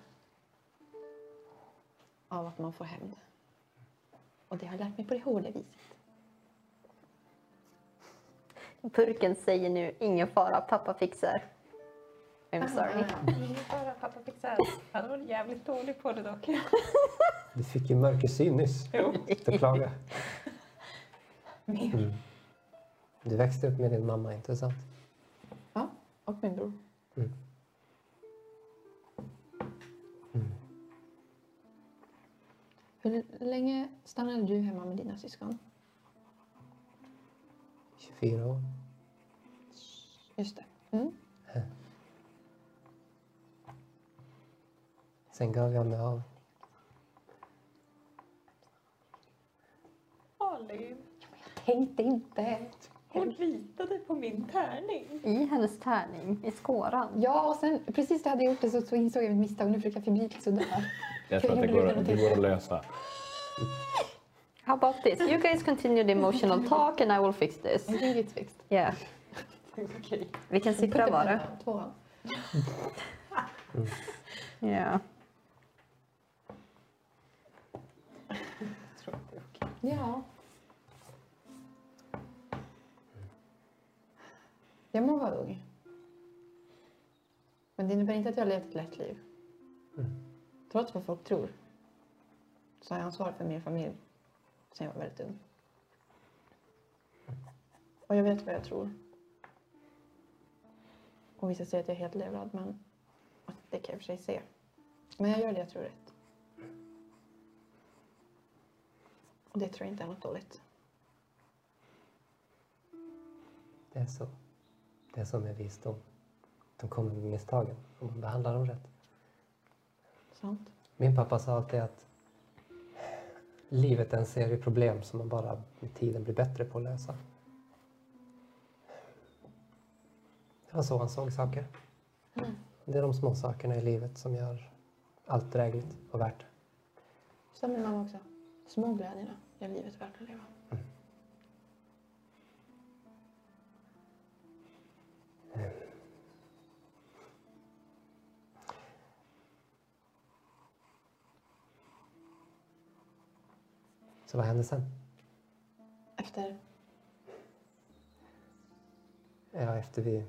[SPEAKER 1] av att man får hämnd. Och det har jag lärt mig på det hårda viset.
[SPEAKER 5] Burken säger nu ingen fara, pappa fixar. I'm sorry.
[SPEAKER 3] Pappa fixar. Han var jävligt dålig på det dock.
[SPEAKER 2] Du fick ju mörkersyn nyss.
[SPEAKER 3] Jo.
[SPEAKER 2] Inte klaga.
[SPEAKER 3] Mer.
[SPEAKER 2] Mm. Du växte upp med din mamma, inte sant?
[SPEAKER 1] Ja, och min bror. Hur länge stannade du hemma med dina syskon?
[SPEAKER 2] 24 år.
[SPEAKER 1] Just det. Mm.
[SPEAKER 2] Sen gav jag mig av.
[SPEAKER 3] Malin,
[SPEAKER 1] Tänkte inte.
[SPEAKER 3] hon litade på min tärning.
[SPEAKER 5] I hennes tärning, i skåran.
[SPEAKER 1] Ja, och sen precis när jag hade gjort det så, så insåg jag mitt misstag. Nu försöker jag förbli så där.
[SPEAKER 6] Jag tror att det går, det går att lösa.
[SPEAKER 5] How about this? You guys continue the emotional talk and I will fix this.
[SPEAKER 1] En ringvidsväxt.
[SPEAKER 5] Yeah.
[SPEAKER 3] Okej.
[SPEAKER 5] Vi kan siffra vara.
[SPEAKER 1] Tvåan.
[SPEAKER 5] Yeah.
[SPEAKER 1] Ja. Jag må vara ung. Men det innebär inte att jag har levt ett lätt liv. Trots vad folk tror så har jag ansvar för min familj sen jag var väldigt ung. Och jag vet vad jag tror. Och vissa säger att jag är helt levrad, men och det kan jag i och för sig se. Men jag gör det jag tror är rätt. Och det tror jag inte är något dåligt.
[SPEAKER 2] Det är så. Det är som med visdom. De kommer med misstagen om man behandlar dem rätt.
[SPEAKER 1] Sant?
[SPEAKER 2] Min pappa sa alltid att livet är en serie problem som man bara med tiden blir bättre på att lösa. Det var så han såg saker. Det är de små sakerna i livet som gör allt drägligt och värt det.
[SPEAKER 1] Så min mamma också. Små glädjerna gör livet värt att leva.
[SPEAKER 2] Så vad hände sen?
[SPEAKER 1] Efter
[SPEAKER 2] Ja, efter vi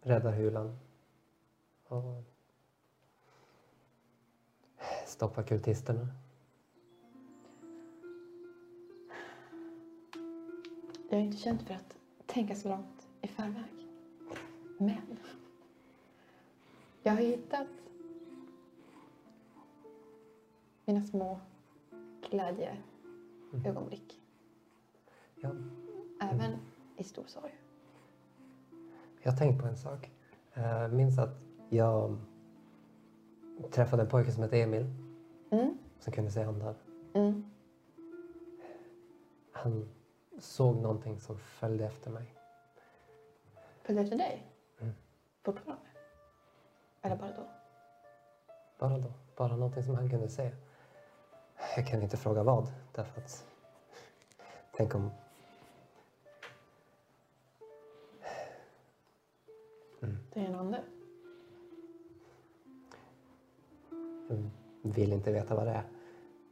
[SPEAKER 2] räddar Hulan och stoppar kultisterna.
[SPEAKER 1] Jag är inte känd för att tänka så långt i förväg. Men jag har hittat mina små glädjeögonblick.
[SPEAKER 2] Ja.
[SPEAKER 1] Även i stor sorg.
[SPEAKER 2] Jag har tänkt på en sak. Jag minns att jag träffade en pojke som hette Emil
[SPEAKER 1] Mm.
[SPEAKER 2] som kunde se andar.
[SPEAKER 1] Mm.
[SPEAKER 2] Han såg någonting som följde efter mig.
[SPEAKER 1] Följde efter dig? Fortfarande? Eller bara då?
[SPEAKER 2] Bara då. Bara någonting som han kunde se. Jag kan inte fråga vad, därför att... Tänk om...
[SPEAKER 1] Det är en ande.
[SPEAKER 2] Jag vill inte veta vad det är.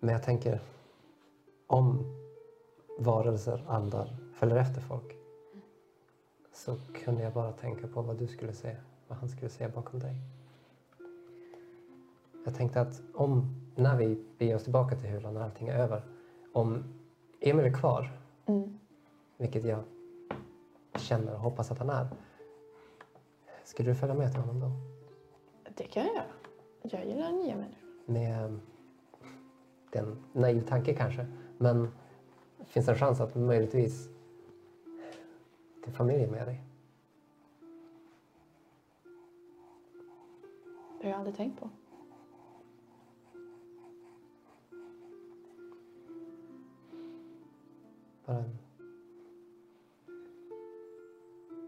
[SPEAKER 2] Men jag tänker... Om varelser, andar, följer efter folk så kunde jag bara tänka på vad du skulle se, vad han skulle se bakom dig. Jag tänkte att om, när vi beger oss tillbaka till Hulan när allting är över, om Emil är kvar,
[SPEAKER 1] Mm.
[SPEAKER 2] vilket jag känner och hoppas att han är, skulle du följa med till honom då?
[SPEAKER 1] Det kan jag göra. Jag gillar nya människor.
[SPEAKER 2] med eh, det är en naiv tanke kanske, men finns det en chans att möjligtvis till familjen med dig?
[SPEAKER 1] Det har jag aldrig tänkt på.
[SPEAKER 2] Bara en,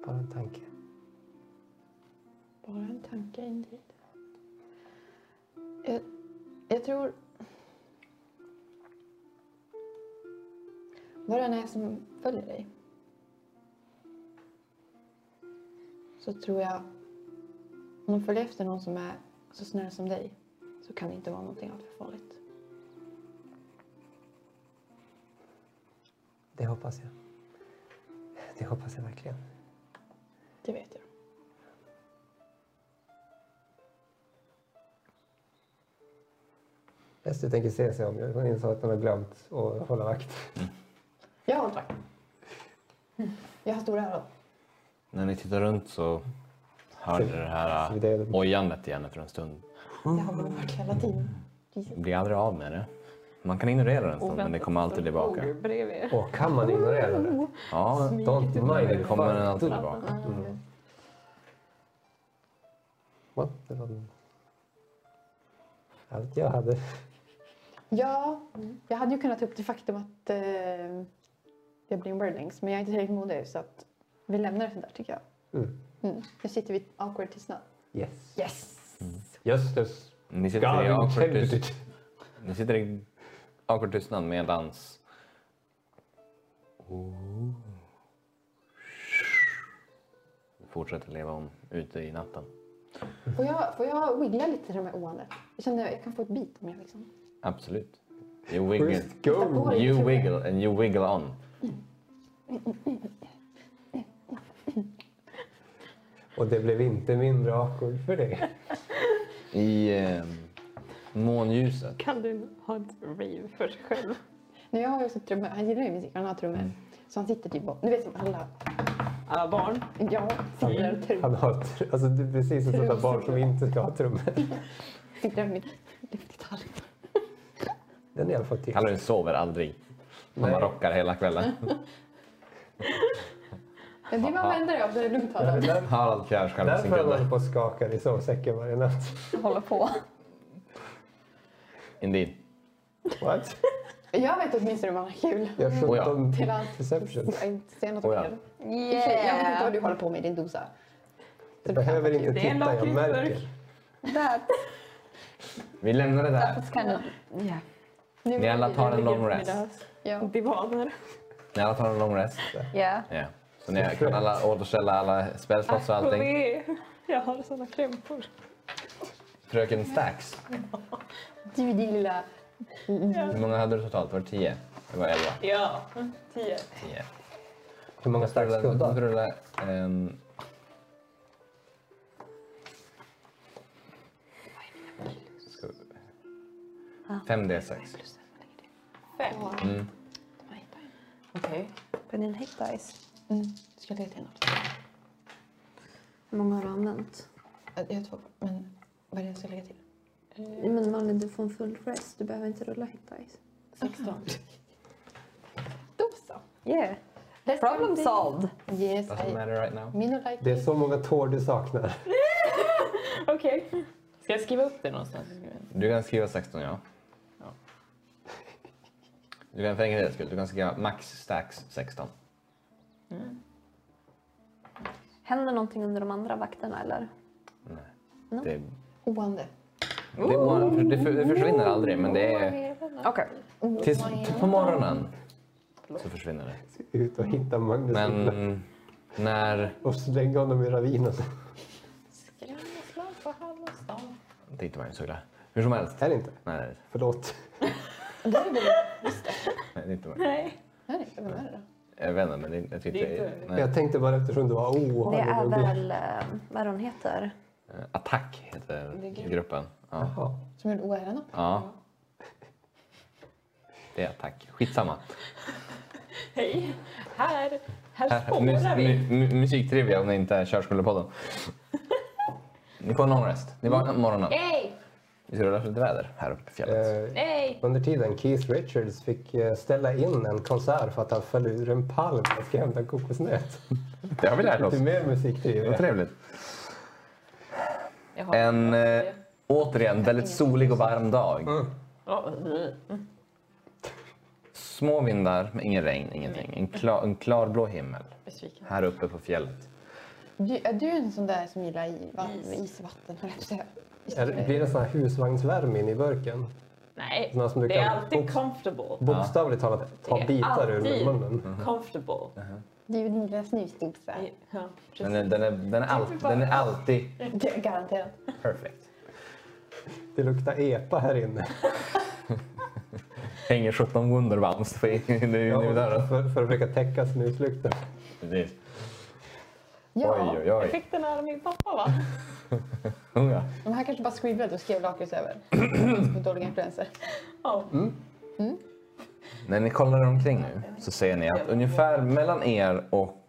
[SPEAKER 2] bara en tanke.
[SPEAKER 1] Bara en tanke indeed. Jag, jag tror... Vad det än är som följer dig så tror jag om de följer efter någon som är så snäll som dig så kan det inte vara någonting alltför farligt.
[SPEAKER 2] Det hoppas jag. Det hoppas jag verkligen.
[SPEAKER 1] Det vet jag.
[SPEAKER 2] Bäst du tänker se sig om. Jag insåg att han har glömt att hålla vakt.
[SPEAKER 1] Jag har hållit Jag har stora öron.
[SPEAKER 4] När ni tittar runt så hör ni det här
[SPEAKER 2] Så det är det.
[SPEAKER 4] äh, ojandet igen efter en stund.
[SPEAKER 1] Det har man hört hela tiden.
[SPEAKER 4] Ni blir aldrig av med det. Man kan ignorera det en stund, men det kommer alltid tillbaka.
[SPEAKER 3] Bredvid er.
[SPEAKER 2] Åh, kan man ignorera det?
[SPEAKER 4] Ja,
[SPEAKER 2] Don't mind
[SPEAKER 4] det
[SPEAKER 2] it.
[SPEAKER 4] kommer
[SPEAKER 2] fuck.
[SPEAKER 4] alltid tillbaka.
[SPEAKER 2] What? Det var allt jag hade.
[SPEAKER 1] Ja, jag hade ju kunnat ta upp det faktum att eh, jag blir en wordlings, men jag är inte tillräckligt modig så att vi lämnar det där tycker jag.
[SPEAKER 2] Mm.
[SPEAKER 1] Mm. Nu sitter vi i awkward tystnad.
[SPEAKER 2] Yes.
[SPEAKER 1] Yes!
[SPEAKER 2] Jösses.
[SPEAKER 4] Ni sitter i
[SPEAKER 2] Galen
[SPEAKER 4] awkward
[SPEAKER 2] tändit.
[SPEAKER 4] tyst- ni sitter i awkward tystnad medans... Oh. Fortsätter leva om ute i natten.
[SPEAKER 1] Får jag, får jag wiggla lite i de här åarna? Jag känner att jag kan få ett bit om jag liksom...
[SPEAKER 4] Absolut. You wiggle.
[SPEAKER 2] Just go!
[SPEAKER 4] You wiggle and you wiggle on.
[SPEAKER 2] Och det blev inte mindre awkward för det.
[SPEAKER 4] I eh, månljuset.
[SPEAKER 3] Kan du ha ett rave för sig själv?
[SPEAKER 1] Nej, jag har ju också trummor. Han gillar ju musik, han har trummor. Så han sitter typ och, du vet som alla,
[SPEAKER 3] Alla barn.
[SPEAKER 1] ja, samlar och trummor.
[SPEAKER 2] Han har, tr- alltså, det är precis ett sånt där barn som inte ska ha trummor.
[SPEAKER 1] Sitter där med min luftgitarr.
[SPEAKER 2] Den är i alla fall till.
[SPEAKER 4] Kallar sover aldrig. Mamma
[SPEAKER 2] Nej.
[SPEAKER 4] rockar hela kvällen.
[SPEAKER 1] Men det var vänder jag om, så är det lugnt Harald.
[SPEAKER 2] Där-
[SPEAKER 4] Harald klär själv sin
[SPEAKER 2] Därför han
[SPEAKER 4] gubbe.
[SPEAKER 2] håller på och skakar i sovsäcken varje natt.
[SPEAKER 5] Håller på.
[SPEAKER 4] Indeed.
[SPEAKER 2] What?
[SPEAKER 1] Jag vet åtminstone hur man har kul.
[SPEAKER 2] Jag har
[SPEAKER 4] Oh ja.
[SPEAKER 2] 17
[SPEAKER 1] Till allt.
[SPEAKER 2] perception.
[SPEAKER 1] Jag inte ser något
[SPEAKER 4] Oh ja.
[SPEAKER 1] fel. I och för sig, Jag vet inte vad
[SPEAKER 5] Yeah!
[SPEAKER 1] du håller på med i din dosa.
[SPEAKER 2] Jag behöver inte
[SPEAKER 3] Det är en
[SPEAKER 2] titta, jag
[SPEAKER 3] lakritsburk.
[SPEAKER 2] märker.
[SPEAKER 5] That's,
[SPEAKER 4] Vi lämnar det där.
[SPEAKER 5] that's kind of... Yeah.
[SPEAKER 1] Nu
[SPEAKER 4] Ni alla tar en lång rest.
[SPEAKER 3] Middags.
[SPEAKER 1] Ja.
[SPEAKER 3] Divaner.
[SPEAKER 4] Ni alla tar en lång rest.
[SPEAKER 5] Yeah.
[SPEAKER 4] Ja. Så ni kan alla återställa alla spellslott och allting.
[SPEAKER 3] Akkurat. Jag har såna krämpor.
[SPEAKER 4] Fröken Stax.
[SPEAKER 1] Du din lilla...
[SPEAKER 4] Hur många hade du totalt? Var det tio? Det var elva.
[SPEAKER 3] Ja. Tio.
[SPEAKER 4] Tio.
[SPEAKER 2] Hur många starka
[SPEAKER 4] Rulla,
[SPEAKER 2] skuddar?
[SPEAKER 4] rulla, ehm, ska vi- Fem D6.
[SPEAKER 3] Fem.
[SPEAKER 4] Mm.
[SPEAKER 3] Okej.
[SPEAKER 5] But in hit dice.
[SPEAKER 1] Mm, ska jag leta igen också?
[SPEAKER 5] Hur många har du använt?
[SPEAKER 1] Jag har två kvar, men vad är det jag ska lägga till?
[SPEAKER 5] Men Malin, du får en full rest. Du behöver inte rulla hit dice.
[SPEAKER 1] 16. Dosa.
[SPEAKER 5] Yeah. Problem solved!
[SPEAKER 1] Yes,
[SPEAKER 4] Doesn't
[SPEAKER 1] I...
[SPEAKER 4] matter right now.
[SPEAKER 1] Min och like
[SPEAKER 2] Det är
[SPEAKER 1] it.
[SPEAKER 2] så många tår du saknar.
[SPEAKER 3] Okej. Ska jag skriva upp det någonstans?
[SPEAKER 4] Du kan skriva 16, ja. ja. Du kan för enkelhetens skull, du kan skriva max stacks 16.
[SPEAKER 5] Händer någonting under de andra vakterna eller?
[SPEAKER 4] Nej.
[SPEAKER 5] Mm.
[SPEAKER 4] Det,
[SPEAKER 1] Oande.
[SPEAKER 4] det, var- det, för- det försvinner aldrig, men det är...
[SPEAKER 5] Okej.
[SPEAKER 4] Tills, till på morgonen så försvinner det.
[SPEAKER 2] Ut och hitta Magnus
[SPEAKER 4] Men när...
[SPEAKER 2] och slänga honom i ravinen.
[SPEAKER 1] Skrämselslag på Halmstad.
[SPEAKER 4] Det är inte varje sula. Hur som helst.
[SPEAKER 2] Är det inte?
[SPEAKER 4] Nej, nej,
[SPEAKER 2] Förlåt.
[SPEAKER 4] nej, det är inte varje.
[SPEAKER 3] Nej.
[SPEAKER 1] Nej, vem är det då?
[SPEAKER 4] Jag vet inte, men det, jag tyckte...
[SPEAKER 3] Det är inte-
[SPEAKER 4] nej.
[SPEAKER 2] Jag tänkte bara eftersom du var
[SPEAKER 5] Det är
[SPEAKER 2] oarg.
[SPEAKER 5] väl... eh, vad hon heter?
[SPEAKER 4] Eh, Attack heter gruppen. Ja.
[SPEAKER 1] Som gjorde oäran upp?
[SPEAKER 4] ja. Det är attack. Skitsamma.
[SPEAKER 3] Hej. Här. Här
[SPEAKER 4] Här, mus,
[SPEAKER 3] spårar vi.
[SPEAKER 4] mu, mu, musiktrivia om ni inte är körskolepodden. Ni får en lång rest. Ni vaknar på morgonen.
[SPEAKER 3] Hej!
[SPEAKER 4] Vi ska rulla för lite väder här uppe i fjället.
[SPEAKER 2] Eh,
[SPEAKER 3] Nej!
[SPEAKER 2] Under tiden Keith Richards fick eh, ställa in en konsert för att han föll ur en palm och ska hämta kokosnöt.
[SPEAKER 4] Det har vi lärt oss.
[SPEAKER 2] Lite mer
[SPEAKER 4] Vad
[SPEAKER 2] musiktrivia.
[SPEAKER 4] trevligt.
[SPEAKER 3] Jag
[SPEAKER 4] En eh, återigen väldigt solig och varm dag.
[SPEAKER 2] Mm.
[SPEAKER 4] Små vindar, men ingen regn, ingenting. En, klar, en klarblå himmel
[SPEAKER 3] Besviken.
[SPEAKER 4] här uppe på fjället.
[SPEAKER 1] Du, är du en sån där som gillar i- va- isvatten, höll jag på att säga.
[SPEAKER 2] Är det- Blir det sån här husvagnsvärme in i burken?
[SPEAKER 3] Nej.
[SPEAKER 2] Någon som du
[SPEAKER 3] Det är
[SPEAKER 2] kan-
[SPEAKER 3] alltid comfortable.
[SPEAKER 2] Bokstavligt talat
[SPEAKER 3] Det
[SPEAKER 2] ta
[SPEAKER 3] är
[SPEAKER 2] bitar ur
[SPEAKER 3] alltid-
[SPEAKER 2] munnen.
[SPEAKER 3] Comfortable.
[SPEAKER 4] Mm.
[SPEAKER 1] Det är ju din lilla snusdosa.
[SPEAKER 3] Ja,
[SPEAKER 4] Den
[SPEAKER 3] precis.
[SPEAKER 4] är, den är, den är, all, den är alltid
[SPEAKER 1] Det är Garanterat.
[SPEAKER 4] perfekt.
[SPEAKER 2] Det luktar epa här inne.
[SPEAKER 4] Hänger 17 Wunderbaums på
[SPEAKER 2] Ja,
[SPEAKER 4] dörren.
[SPEAKER 2] för, för att försöka täcka snuslukten.
[SPEAKER 4] Precis.
[SPEAKER 1] Ja,
[SPEAKER 4] Oj, oj,
[SPEAKER 3] Jag
[SPEAKER 4] oj.
[SPEAKER 3] fick den här av min pappa va?
[SPEAKER 4] Oh, ja.
[SPEAKER 1] de här kanske bara scribblade och skrev lakrits över. För dåliga influenser.
[SPEAKER 3] Ja.
[SPEAKER 4] När ni kollar omkring nu så ser ni att ungefär mellan er och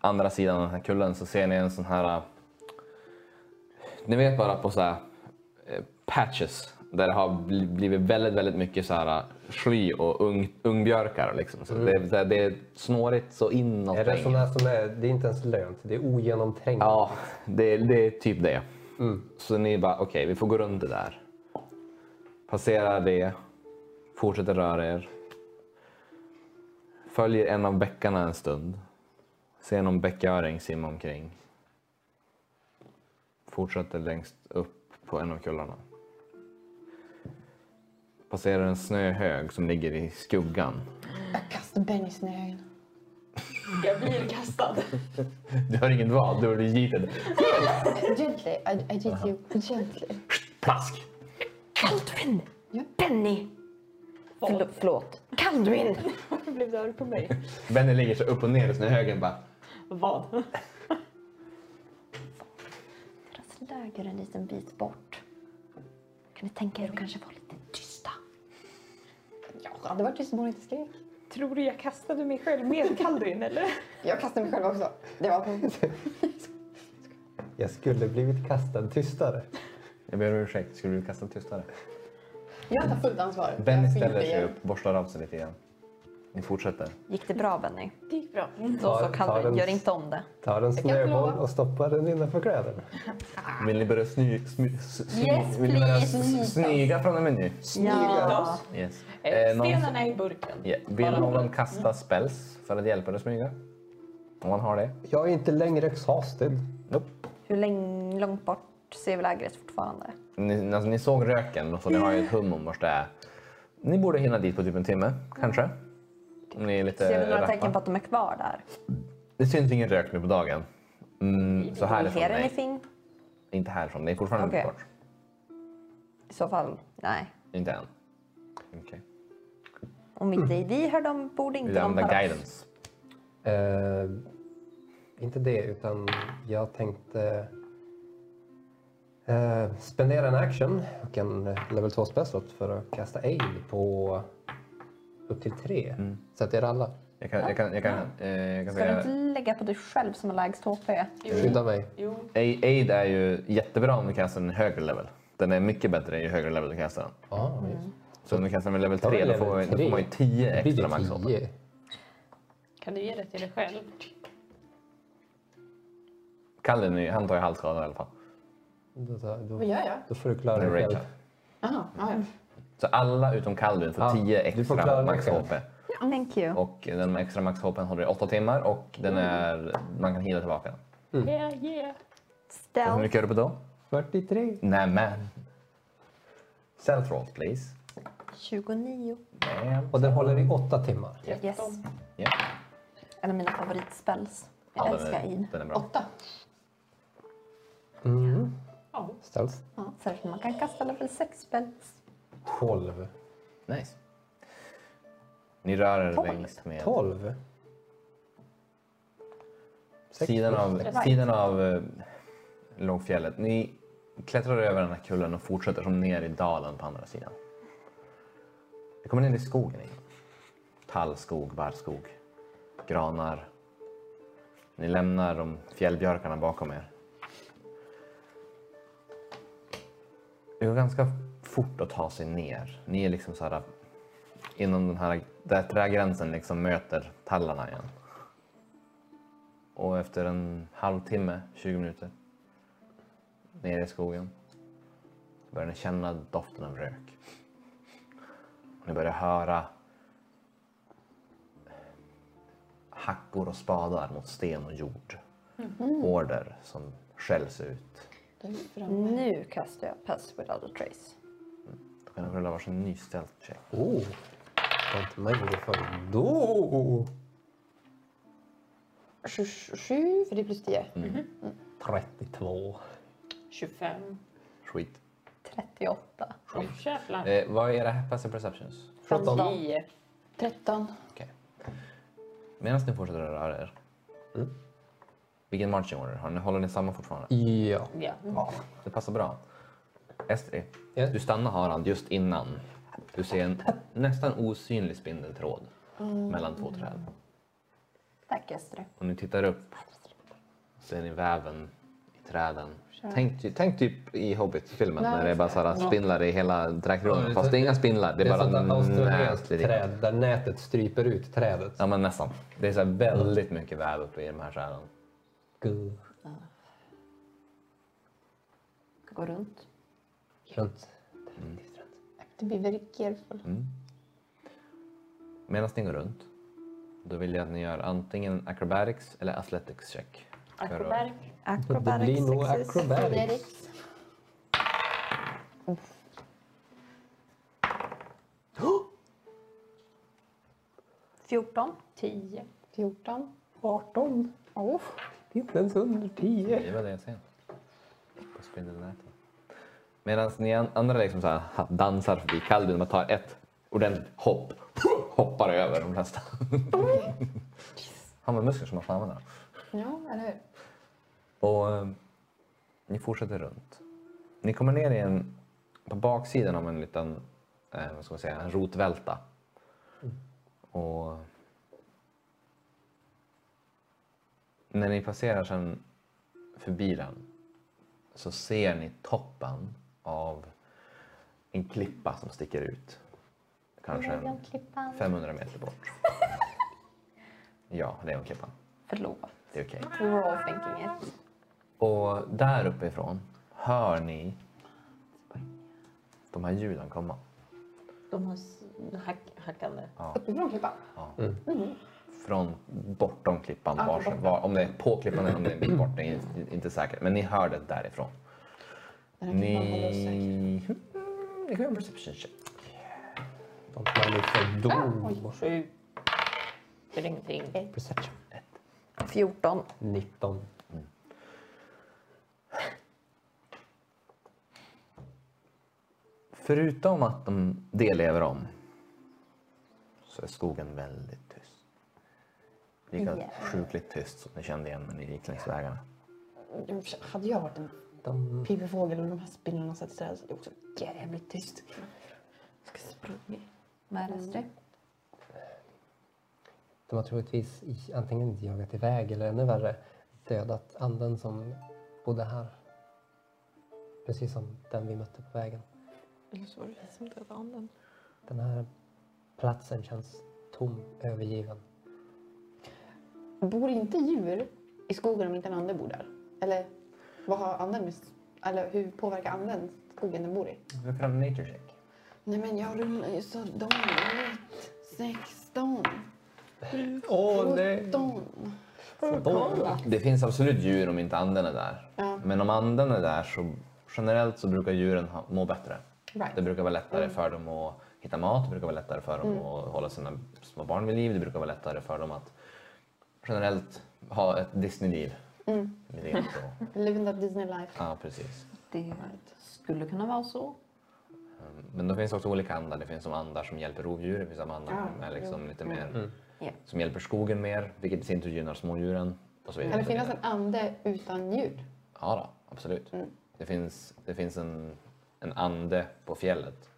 [SPEAKER 4] andra sidan den här kullen så ser ni en sån här... eh, Ni vet bara på så här eh, patches där det har bli- blivit väldigt, väldigt mycket så här eh, sly och ung, ungbjörkar. Liksom. Så det, är så här, det är snårigt så inåt.
[SPEAKER 2] Är det
[SPEAKER 4] länge.
[SPEAKER 2] sådana som är, det är inte ens lönt, det är ogenomträngligt.
[SPEAKER 4] Ja, det, det är typ det. Så ni bara, okej, vi får gå runt det där. Passerar det. Fortsätter röra er. Följer en av bäckarna en stund. Ser någon bäcköring simma omkring. Fortsätter längst upp på en av kullarna. Passerar en snöhög som ligger i skuggan.
[SPEAKER 1] Jag kastar Benny i snöhögen.
[SPEAKER 3] Jag blir kastad.
[SPEAKER 4] Du har inget val, du blir giten.
[SPEAKER 1] Gently, I, I did you. Gently.
[SPEAKER 4] Plask!
[SPEAKER 5] Baldwin!
[SPEAKER 1] Ja.
[SPEAKER 5] Benny! Förl- förlåt. Kalduin!
[SPEAKER 4] Mm.
[SPEAKER 3] Varför blev det över på mig?
[SPEAKER 6] Benny ligger så upp och ner i snöhögen bara.
[SPEAKER 3] Vad?
[SPEAKER 5] Deras läger är en liten bit bort. Kan ni tänka er att kanske vara lite tysta?
[SPEAKER 1] Jag hade varit tyst om hon inte skrek.
[SPEAKER 3] Tror du jag kastade mig själv med Kalduin eller?
[SPEAKER 1] Jag kastade mig själv också. Det var...
[SPEAKER 2] Jag skulle blivit kastad tystare.
[SPEAKER 4] Jag ber om ursäkt, skulle du kasta tystare?
[SPEAKER 1] Jag tar fullt ansvar.
[SPEAKER 4] Benny
[SPEAKER 1] Jag ska
[SPEAKER 4] ställer
[SPEAKER 1] inte
[SPEAKER 4] sig
[SPEAKER 1] ge-
[SPEAKER 4] upp, borstar av sig lite igen. Ni fortsätter.
[SPEAKER 5] Gick det bra Benny?
[SPEAKER 3] Det gick bra.
[SPEAKER 5] Då
[SPEAKER 2] Ta-
[SPEAKER 5] så
[SPEAKER 2] ta
[SPEAKER 5] Kalduin,
[SPEAKER 2] den.
[SPEAKER 5] gör inte om det.
[SPEAKER 2] Tar en
[SPEAKER 1] kan inte
[SPEAKER 2] snöboll
[SPEAKER 1] lova.
[SPEAKER 2] och stoppar den innanför kläderna.
[SPEAKER 4] Vill ni börja sny, smy, s- sny,
[SPEAKER 5] Ah. Yes,
[SPEAKER 4] vill ni börja
[SPEAKER 5] please.
[SPEAKER 4] s- snyga från en meny?
[SPEAKER 5] Ja.
[SPEAKER 4] Yes. Eh,
[SPEAKER 3] Eh,
[SPEAKER 4] någon-
[SPEAKER 3] stenarna är i burken.
[SPEAKER 4] Ja, Vill någon
[SPEAKER 5] Mm.
[SPEAKER 4] kasta spells för att hjälpa dig att smyga? Om man har det?
[SPEAKER 2] Jag är inte längre exhausted.
[SPEAKER 4] Nope.
[SPEAKER 5] Hur länge, långt bort ser vi lägret fortfarande?
[SPEAKER 4] Ni, alltså, ni såg röken, så ni har ju ett hum om vart det är. Ni borde hinna dit på typ en timme, kanske. Om ni är
[SPEAKER 5] Ser vi
[SPEAKER 4] lite
[SPEAKER 5] några tecken på
[SPEAKER 4] rappa.
[SPEAKER 5] att de är kvar där?
[SPEAKER 4] Det syns ingen rök nu på dagen. Mm, så härifrån,
[SPEAKER 5] Ser
[SPEAKER 4] nej.
[SPEAKER 5] anything?
[SPEAKER 4] Inte härifrån, det är fortfarande
[SPEAKER 5] Okej.
[SPEAKER 4] okay. bort.
[SPEAKER 5] I så fall, nej.
[SPEAKER 4] Inte än. Okej.
[SPEAKER 5] Om inte
[SPEAKER 4] Mm.
[SPEAKER 5] vi hör dem borde
[SPEAKER 4] Vi
[SPEAKER 5] inte de
[SPEAKER 4] använder
[SPEAKER 5] höra oss.
[SPEAKER 4] guidance.
[SPEAKER 2] Eh, inte det, utan jag tänkte eh, spendera en action och en level 2 specialist för att kasta aid på upp till tre.
[SPEAKER 4] Mm.
[SPEAKER 2] Så att det är alla.
[SPEAKER 4] Jag kan, jag kan, jag kan, eh, jag kan
[SPEAKER 5] Ska du
[SPEAKER 4] säga...
[SPEAKER 5] inte lägga på dig själv som har lägst HP?
[SPEAKER 2] Utan mig.
[SPEAKER 3] Jo,
[SPEAKER 4] A- Aid är ju jättebra om du kastar en högre level. Den är mycket bättre ju högre level du kastar den.
[SPEAKER 2] Ah, just.
[SPEAKER 4] Så om du kastar med level
[SPEAKER 2] Ja,
[SPEAKER 4] 3 då
[SPEAKER 2] level
[SPEAKER 4] får, man- då
[SPEAKER 2] tre.
[SPEAKER 4] får man ju 10
[SPEAKER 2] Det blir
[SPEAKER 4] extra max
[SPEAKER 2] det
[SPEAKER 4] HP.
[SPEAKER 2] tio.
[SPEAKER 3] kan du ge det till dig själv?
[SPEAKER 4] Kalle nu, han tar ju halv skada i alla fall.
[SPEAKER 2] Då, tar- då,
[SPEAKER 1] Vad gör jag?
[SPEAKER 2] då får du klara
[SPEAKER 4] En
[SPEAKER 2] dig
[SPEAKER 4] rage.
[SPEAKER 2] själv.
[SPEAKER 1] Jaha, ja,
[SPEAKER 4] Mm.
[SPEAKER 1] ja.
[SPEAKER 4] Så alla utom Kallun får
[SPEAKER 2] Ja,
[SPEAKER 4] 10
[SPEAKER 2] du får
[SPEAKER 4] extra
[SPEAKER 2] klara
[SPEAKER 4] max
[SPEAKER 2] dig själv.
[SPEAKER 4] HP.
[SPEAKER 5] Thank you.
[SPEAKER 4] Och den extra max HP håller i 8 timmar och
[SPEAKER 5] Mm.
[SPEAKER 4] den är, man kan heala tillbaka den.
[SPEAKER 3] Yeah, yeah.
[SPEAKER 4] Så Hur
[SPEAKER 5] Stealth.
[SPEAKER 4] mycket gör du på då?
[SPEAKER 2] 43.
[SPEAKER 4] Nämen! Self roll please.
[SPEAKER 5] 29.
[SPEAKER 4] Damn.
[SPEAKER 2] Och den håller i åtta timmar.
[SPEAKER 5] Yes.
[SPEAKER 4] Ja.
[SPEAKER 5] En av mina favoritspells. Jag
[SPEAKER 4] Ja, den,
[SPEAKER 5] älskar
[SPEAKER 4] är,
[SPEAKER 5] aid.
[SPEAKER 4] den är bra.
[SPEAKER 1] Åtta.
[SPEAKER 2] Mm.
[SPEAKER 3] Ja.
[SPEAKER 2] Ställs.
[SPEAKER 5] Ja, särskilt man kan kasta level 6 spells.
[SPEAKER 2] 12.
[SPEAKER 4] Nice. Ni rör er
[SPEAKER 5] Tolv.
[SPEAKER 4] längs med
[SPEAKER 2] 12?
[SPEAKER 4] sidan av, sidan av eh, lågfjället. Ni klättrar över den här kullen och fortsätter som ner i dalen på andra sidan. Ni kommer ner i skogen igen. Tallskog, barrskog, granar. Ni lämnar de fjällbjörkarna bakom er. Det går ganska fort att ta sig ner. Ni är liksom så här inom den här där trägränsen liksom möter tallarna igen. Och efter en halvtimme, 20 minuter, nere i skogen börjar ni känna doften av rök. Och ni börjar höra hackor och spadar mot sten och jord.
[SPEAKER 3] Mm-hmm.
[SPEAKER 4] Order som skälls ut.
[SPEAKER 5] Nu kastar jag pass without a trace.
[SPEAKER 4] Då kan ni rulla varsin ny stealth check.
[SPEAKER 2] Oh! Vad inte man gjorde förr. Då!
[SPEAKER 1] Sju, sju- sju, för det är plus tio.
[SPEAKER 4] Mm.
[SPEAKER 2] 32.
[SPEAKER 3] 25.
[SPEAKER 4] Skit.
[SPEAKER 5] 38.
[SPEAKER 3] Åh jävlar.
[SPEAKER 4] Eh, vad är era passive perceptions?
[SPEAKER 2] 17.
[SPEAKER 3] 10.
[SPEAKER 1] Tretton.
[SPEAKER 4] Okej. Medan ni fortsätter att röra er.
[SPEAKER 3] Mm.
[SPEAKER 4] Vilken marching order har ni? Håller ni samma fortfarande?
[SPEAKER 2] Ja.
[SPEAKER 3] Ja.
[SPEAKER 4] Det passar bra. Estri,
[SPEAKER 2] Ja.
[SPEAKER 4] du stannar Harald just innan. Du ser en nästan osynlig spindeltråd mellan två träd.
[SPEAKER 5] Tack Esther.
[SPEAKER 4] Och ni tittar upp ser ni väven i träden. Tänk, ty- tänk typ i Hobbit-filmen när det är bara så här spindlar i hela
[SPEAKER 2] Ja,
[SPEAKER 4] träkrullen.
[SPEAKER 2] det-
[SPEAKER 4] Fast det är inga spindlar, det
[SPEAKER 2] Det
[SPEAKER 4] är
[SPEAKER 2] är ett
[SPEAKER 4] bara
[SPEAKER 2] sånt australienskt
[SPEAKER 4] näsligt lite.
[SPEAKER 2] träd där nätet stryper ut trädet.
[SPEAKER 4] Ja men nästan. Det är så här väldigt mycket väv uppe i de här träden.
[SPEAKER 2] Gud.
[SPEAKER 5] Gå runt. Mm.
[SPEAKER 2] Runt.
[SPEAKER 1] Det blir very careful.
[SPEAKER 4] Medan ni går runt, då vill jag att ni gör antingen acrobatics eller athletics check. För att-
[SPEAKER 3] Acrobatic.
[SPEAKER 2] Det blir nog
[SPEAKER 5] sexes.
[SPEAKER 2] acrobatics.
[SPEAKER 1] Erik.
[SPEAKER 2] Åh!
[SPEAKER 5] 14.
[SPEAKER 3] 10.
[SPEAKER 1] Fjorton.
[SPEAKER 2] 18.
[SPEAKER 1] Oh.
[SPEAKER 2] Inte ens under 10.
[SPEAKER 4] Det var det jag ser. På spindelnätet. Medan ni an- andra liksom så här ha- dansar förbi Kaldun och tar ett ordentligt hopp. Hoppar över de flesta. Han har muskler som man får använda dem.
[SPEAKER 1] Ja, eller hur?
[SPEAKER 4] Och eh, ni fortsätter runt. Ni kommer ner i en, på baksidan av en liten, eh, vad ska man säga, en rotvälta. Och när ni passerar sen förbi den så ser ni toppen av en klippa som sticker ut. Kanske en 500 meter bort. Ja, Lejonklippan.
[SPEAKER 5] Förlåt.
[SPEAKER 4] Det är okej.
[SPEAKER 5] We're all thinking it.
[SPEAKER 4] Och där uppifrån hör ni de här ljuden komma.
[SPEAKER 3] De har s- hack, hackande.
[SPEAKER 1] Uppifrån klippan.
[SPEAKER 4] Mm. Från bortom klippan. Var, var, om det är på klippan eller om det är en bit bort, det är inte- inte säkert. Men ni hör det därifrån. Ni... Ni kan göra en perception check.
[SPEAKER 2] De som är lite
[SPEAKER 5] Ah,
[SPEAKER 2] dom.
[SPEAKER 3] Sju. Dring, dring.
[SPEAKER 2] Perception.
[SPEAKER 5] 14.
[SPEAKER 2] 19.
[SPEAKER 4] Förutom att de det lever om så är skogen väldigt tyst. Lika sjukligt tyst som ni kände igen när ni gick längs vägarna.
[SPEAKER 1] Hade jag varit en
[SPEAKER 2] De,
[SPEAKER 1] piperfågel och de här spindlarna satt i träd så hade jag också jävligt tyst. Jag ska springa.
[SPEAKER 5] Vad är det?
[SPEAKER 2] de har troligtvis i- antingen jagat iväg eller ännu värre dödat anden som bodde här. Precis som den vi mötte på vägen.
[SPEAKER 3] Eller så var det vi som dödade anden.
[SPEAKER 2] Den här platsen känns tom, övergiven.
[SPEAKER 1] Bor inte djur i skogen om inte en ande bor där? Eller vad har anden med... Eller hur påverkar anden skogen den bor i?
[SPEAKER 4] Du kan göra en nature check.
[SPEAKER 1] Nej men jag rullar ju så dåligt. 16.
[SPEAKER 2] Åh
[SPEAKER 1] 17.
[SPEAKER 4] Det finns absolut djur om inte anden är där.
[SPEAKER 1] Ja.
[SPEAKER 4] Men om anden är där så generellt så brukar djuren ha, må bättre.
[SPEAKER 1] Right. Mm.
[SPEAKER 4] Det brukar vara lättare för dem att hitta mat, det brukar vara lättare för dem att hålla sina små barn vid liv, det brukar vara lättare för dem att generellt ha ett Disney-liv.
[SPEAKER 1] Mm.
[SPEAKER 4] Lite grann så.
[SPEAKER 1] Living that Disney life.
[SPEAKER 4] Ja, precis.
[SPEAKER 5] Det skulle kunna vara så.
[SPEAKER 4] Men det finns också olika andar. Det finns som andar som hjälper rovdjur, det finns som andar som är liksom lite
[SPEAKER 1] Mm.
[SPEAKER 4] mer,
[SPEAKER 5] Ja.
[SPEAKER 4] som hjälper skogen mer, vilket i sin tur gynnar smådjuren. Och så vidare.
[SPEAKER 1] Kan
[SPEAKER 4] och
[SPEAKER 1] det
[SPEAKER 4] så
[SPEAKER 1] finnas
[SPEAKER 4] vidare.
[SPEAKER 1] en ande utan djur?
[SPEAKER 4] Ja, då, absolut. Det finns, det finns en, en ande på fjället.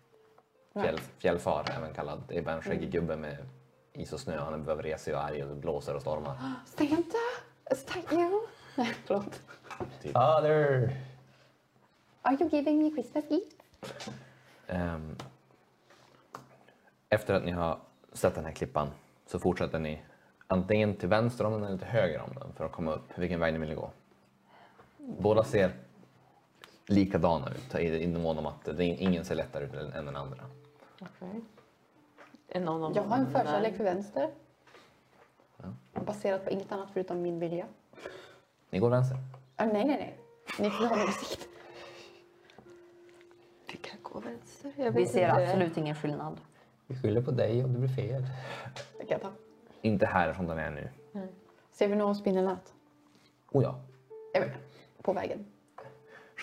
[SPEAKER 4] Fjäll, fjällfar, även kallad. Det är bara en skäggig gubbe med is och snö. Han är vresig och arg och blåser och stormar.
[SPEAKER 1] Santa? Santa you? Nej, förlåt.
[SPEAKER 2] Father!
[SPEAKER 1] Are you giving me Christmas gift?
[SPEAKER 4] Ehm, efter att ni har sett den här klippan så fortsätter ni antingen till vänster om den eller till höger om den för att komma upp vilken väg ni vill gå. Båda ser likadana ut i i den mån om att det- ingen ser lättare ut än än den andra.
[SPEAKER 3] Okej. Är någon av
[SPEAKER 1] Jag har en
[SPEAKER 3] dem där?
[SPEAKER 1] förkärlek för vänster. Baserat på inget annat förutom min vilja.
[SPEAKER 4] Ni går vänster.
[SPEAKER 1] Ah, nej, nej, nej. Ni får ha min åsikt.
[SPEAKER 3] Vi kan gå vänster. Jag
[SPEAKER 5] Vi
[SPEAKER 3] vet
[SPEAKER 5] ser
[SPEAKER 3] inte.
[SPEAKER 5] absolut ingen skillnad.
[SPEAKER 2] Vi skyller på dig om det blir fel.
[SPEAKER 1] Det kan jag ta.
[SPEAKER 4] Inte härifrån den är nu.
[SPEAKER 1] Ser vi någon spindelnät?
[SPEAKER 4] Oh ja.
[SPEAKER 1] Jag menar, Eh, på vägen.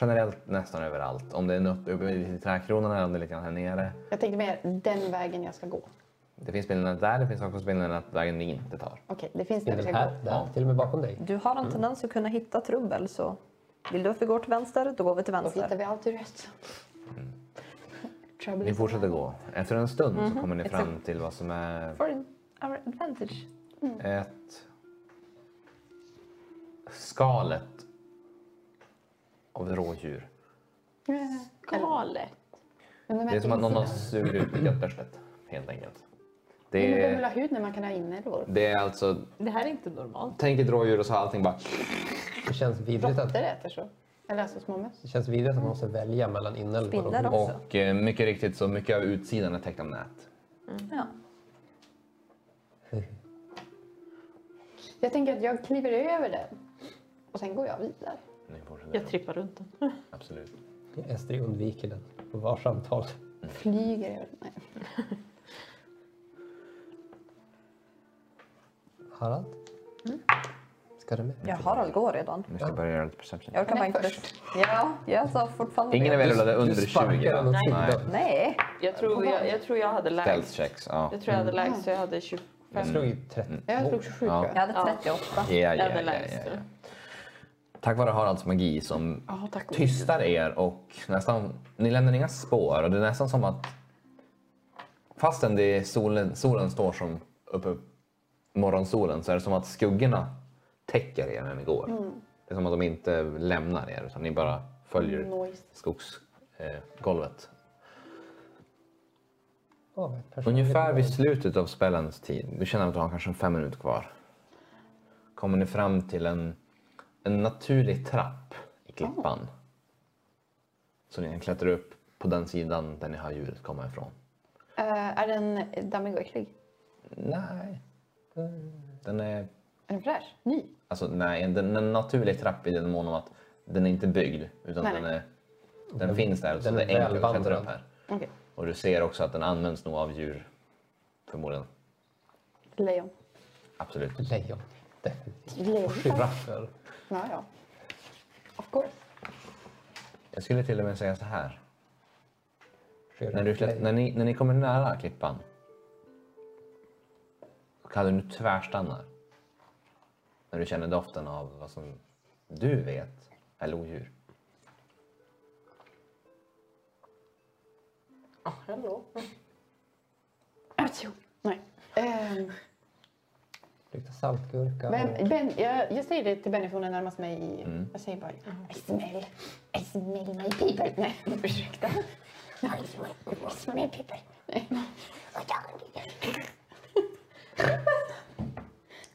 [SPEAKER 4] Generellt nästan överallt. Om det är uppe, uppe i trädkronorna eller om det är lite grann här nere.
[SPEAKER 1] Jag tänkte mer den vägen jag ska gå.
[SPEAKER 4] Det finns spelnät där, det finns också spelnät vägen ni inte tar.
[SPEAKER 1] Okej, det finns
[SPEAKER 2] Det
[SPEAKER 1] där
[SPEAKER 2] är
[SPEAKER 1] vi
[SPEAKER 2] den
[SPEAKER 1] ska
[SPEAKER 2] här,
[SPEAKER 1] gå.
[SPEAKER 2] där, till och med bakom dig.
[SPEAKER 5] Du har en tendens att kunna hitta trubbel så vill du att vi går till vänster, då går vi till
[SPEAKER 1] Då hittar
[SPEAKER 5] vänster.
[SPEAKER 1] vi alltid rätt. Trouble
[SPEAKER 4] Mm. Ni
[SPEAKER 1] is
[SPEAKER 4] fortsätter gå. Efter en stund så kommer ni fram till vad som är
[SPEAKER 5] For our advantage.
[SPEAKER 4] ett skalet av rådjur.
[SPEAKER 3] Galet.
[SPEAKER 1] Men de
[SPEAKER 4] Det är som att någon har
[SPEAKER 1] insidan.
[SPEAKER 4] sugit ut göttbörslet helt enkelt.
[SPEAKER 1] Men
[SPEAKER 4] Det
[SPEAKER 1] du behöver
[SPEAKER 4] är,
[SPEAKER 1] ha hud när man kan ha inälvor?
[SPEAKER 4] det är alltså,
[SPEAKER 3] Det här är inte normalt.
[SPEAKER 4] tänk ett rådjur och så har allting bara
[SPEAKER 2] Det känns vidrigt att,
[SPEAKER 1] Råttor äter så. Eller alltså småmöss.
[SPEAKER 2] det känns vidrigt att man måste välja mellan inälvor
[SPEAKER 5] Spindlar
[SPEAKER 2] och
[SPEAKER 5] också.
[SPEAKER 4] och eh, mycket riktigt så mycket av utsidan är täckt av nät.
[SPEAKER 5] Ja.
[SPEAKER 1] Jag tänker att jag kliver över den. Och sen går jag vidare.
[SPEAKER 4] Ni fortsätter.
[SPEAKER 3] Jag trippar runt den.
[SPEAKER 4] Absolut.
[SPEAKER 2] Estri undviker den på varsamt håll.
[SPEAKER 1] Flyger över den. Nej.
[SPEAKER 2] Harald?
[SPEAKER 1] Ska
[SPEAKER 2] Ska du med?
[SPEAKER 5] Jag har Algor redan.
[SPEAKER 4] Nu ska jag börja göra lite perception.
[SPEAKER 5] Jag orkar bara inte... Ja, jag sa fortfarande
[SPEAKER 4] Ingen är väl rullade under
[SPEAKER 2] Du
[SPEAKER 4] 20?
[SPEAKER 2] sparkar den
[SPEAKER 4] va?
[SPEAKER 2] åt
[SPEAKER 3] Nej.
[SPEAKER 2] sidan.
[SPEAKER 5] Nej.
[SPEAKER 3] Jag tror jag, jag, tror jag hade
[SPEAKER 4] Stealth
[SPEAKER 3] lägst.
[SPEAKER 4] checks, ja.
[SPEAKER 3] Jag tror jag hade lägst så jag hade 25.
[SPEAKER 2] Jag slog ju 30.
[SPEAKER 1] Jag slog 27
[SPEAKER 4] Ja.
[SPEAKER 1] tror
[SPEAKER 5] Jag
[SPEAKER 1] jag.
[SPEAKER 5] hade 38.
[SPEAKER 4] Ja,
[SPEAKER 3] Jag
[SPEAKER 4] ja,
[SPEAKER 3] hade
[SPEAKER 4] ja,
[SPEAKER 3] lägst.
[SPEAKER 4] ja, ja. Tack vare Haralds magi som
[SPEAKER 3] Ja, tack.
[SPEAKER 4] tystar er och nästan, ni lämnar inga spår och det är nästan som att fastän det är solen, solen står som uppe morgonsolen så är det som att skuggorna täcker er när ni går.
[SPEAKER 2] Mm.
[SPEAKER 4] Det är som att de inte lämnar er utan ni bara följer
[SPEAKER 3] Nice.
[SPEAKER 4] skogsgolvet.
[SPEAKER 2] Åh, vad perfekt.
[SPEAKER 4] Ungefär vid slutet av spellens tid, du känner att du har kanske fem minuter kvar, kommer ni fram till en, en naturlig trapp
[SPEAKER 1] Ah.
[SPEAKER 4] i klippan. Så ni kan klättra upp på den sidan där ni hör ljudet komma ifrån.
[SPEAKER 1] Eh, är den dammig och äcklig?
[SPEAKER 4] Nej. Den är,
[SPEAKER 1] Är den fräsch? Ny?
[SPEAKER 4] alltså, nej, den är en naturlig trapp i den mån om att den är inte byggd utan
[SPEAKER 1] Nej,
[SPEAKER 4] den,
[SPEAKER 1] nej.
[SPEAKER 4] är, den finns där. så
[SPEAKER 2] den
[SPEAKER 4] det
[SPEAKER 2] är
[SPEAKER 4] är enkelt att klättra
[SPEAKER 2] välvandrad.
[SPEAKER 4] upp här.
[SPEAKER 1] Okej.
[SPEAKER 4] Och du ser också att den används nog av djur, förmodligen.
[SPEAKER 1] Lejon.
[SPEAKER 4] Absolut.
[SPEAKER 2] Lejon. Definitivt.
[SPEAKER 1] Lejon.
[SPEAKER 2] Och giraffer.
[SPEAKER 1] Ja, ja. Of course.
[SPEAKER 4] Jag skulle till och med säga så här. När, du,
[SPEAKER 2] Girafflejon.
[SPEAKER 4] klätt- när, ni, när ni kommer nära klippan och Kalle, nu tvärstannar. När du känner doften av vad som du vet är lodjur.
[SPEAKER 3] Hallå.
[SPEAKER 1] Atjo. Nej. Ehm,
[SPEAKER 2] Luktar saltgurka. och-
[SPEAKER 1] men ben, jag, jag säger det till Benny för hon är närmast mig. I, Jag säger bara I smell, I smell my people. Nej, ursäkta. No, I smell, I smell people. Nej.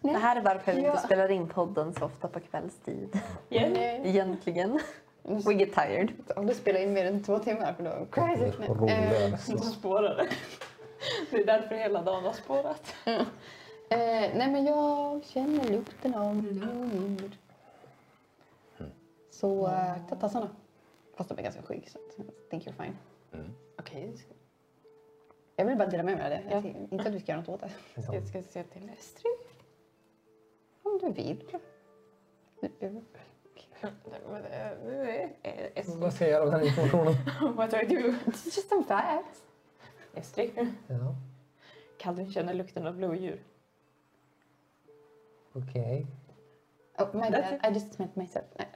[SPEAKER 5] Det här är varför vi inte
[SPEAKER 1] Ja.
[SPEAKER 5] spelar in podden så ofta på kvällstid.
[SPEAKER 1] Nej.
[SPEAKER 5] Egentligen. We get tired.
[SPEAKER 1] eh, Om du spelar in mer än två timmar för då crazy. Nej. Ehm,
[SPEAKER 2] Roliga.
[SPEAKER 3] De spårade. Det är därför hela dagen har spårat.
[SPEAKER 1] Eh, nej, men jag känner lukten av lodjur. Så eh, akta tassarna. Fast de är ganska skygg så att I think you're fine.
[SPEAKER 4] Mm.
[SPEAKER 3] Okej,
[SPEAKER 1] Jag vill bara dela med mig av det.
[SPEAKER 3] Ja.
[SPEAKER 1] Jag tänker Inte att du ska göra något åt det.
[SPEAKER 3] ska, jag ska se till.
[SPEAKER 1] Om du vill. Nu-
[SPEAKER 2] Vad ska jag göra med den informationen?
[SPEAKER 3] What are you?
[SPEAKER 1] It's just some facts.
[SPEAKER 3] Estri?
[SPEAKER 2] Ja,
[SPEAKER 3] Kalvin känner lukten av lodjur.
[SPEAKER 2] okej.
[SPEAKER 1] Oh, my bad. I just meant myself. Nej,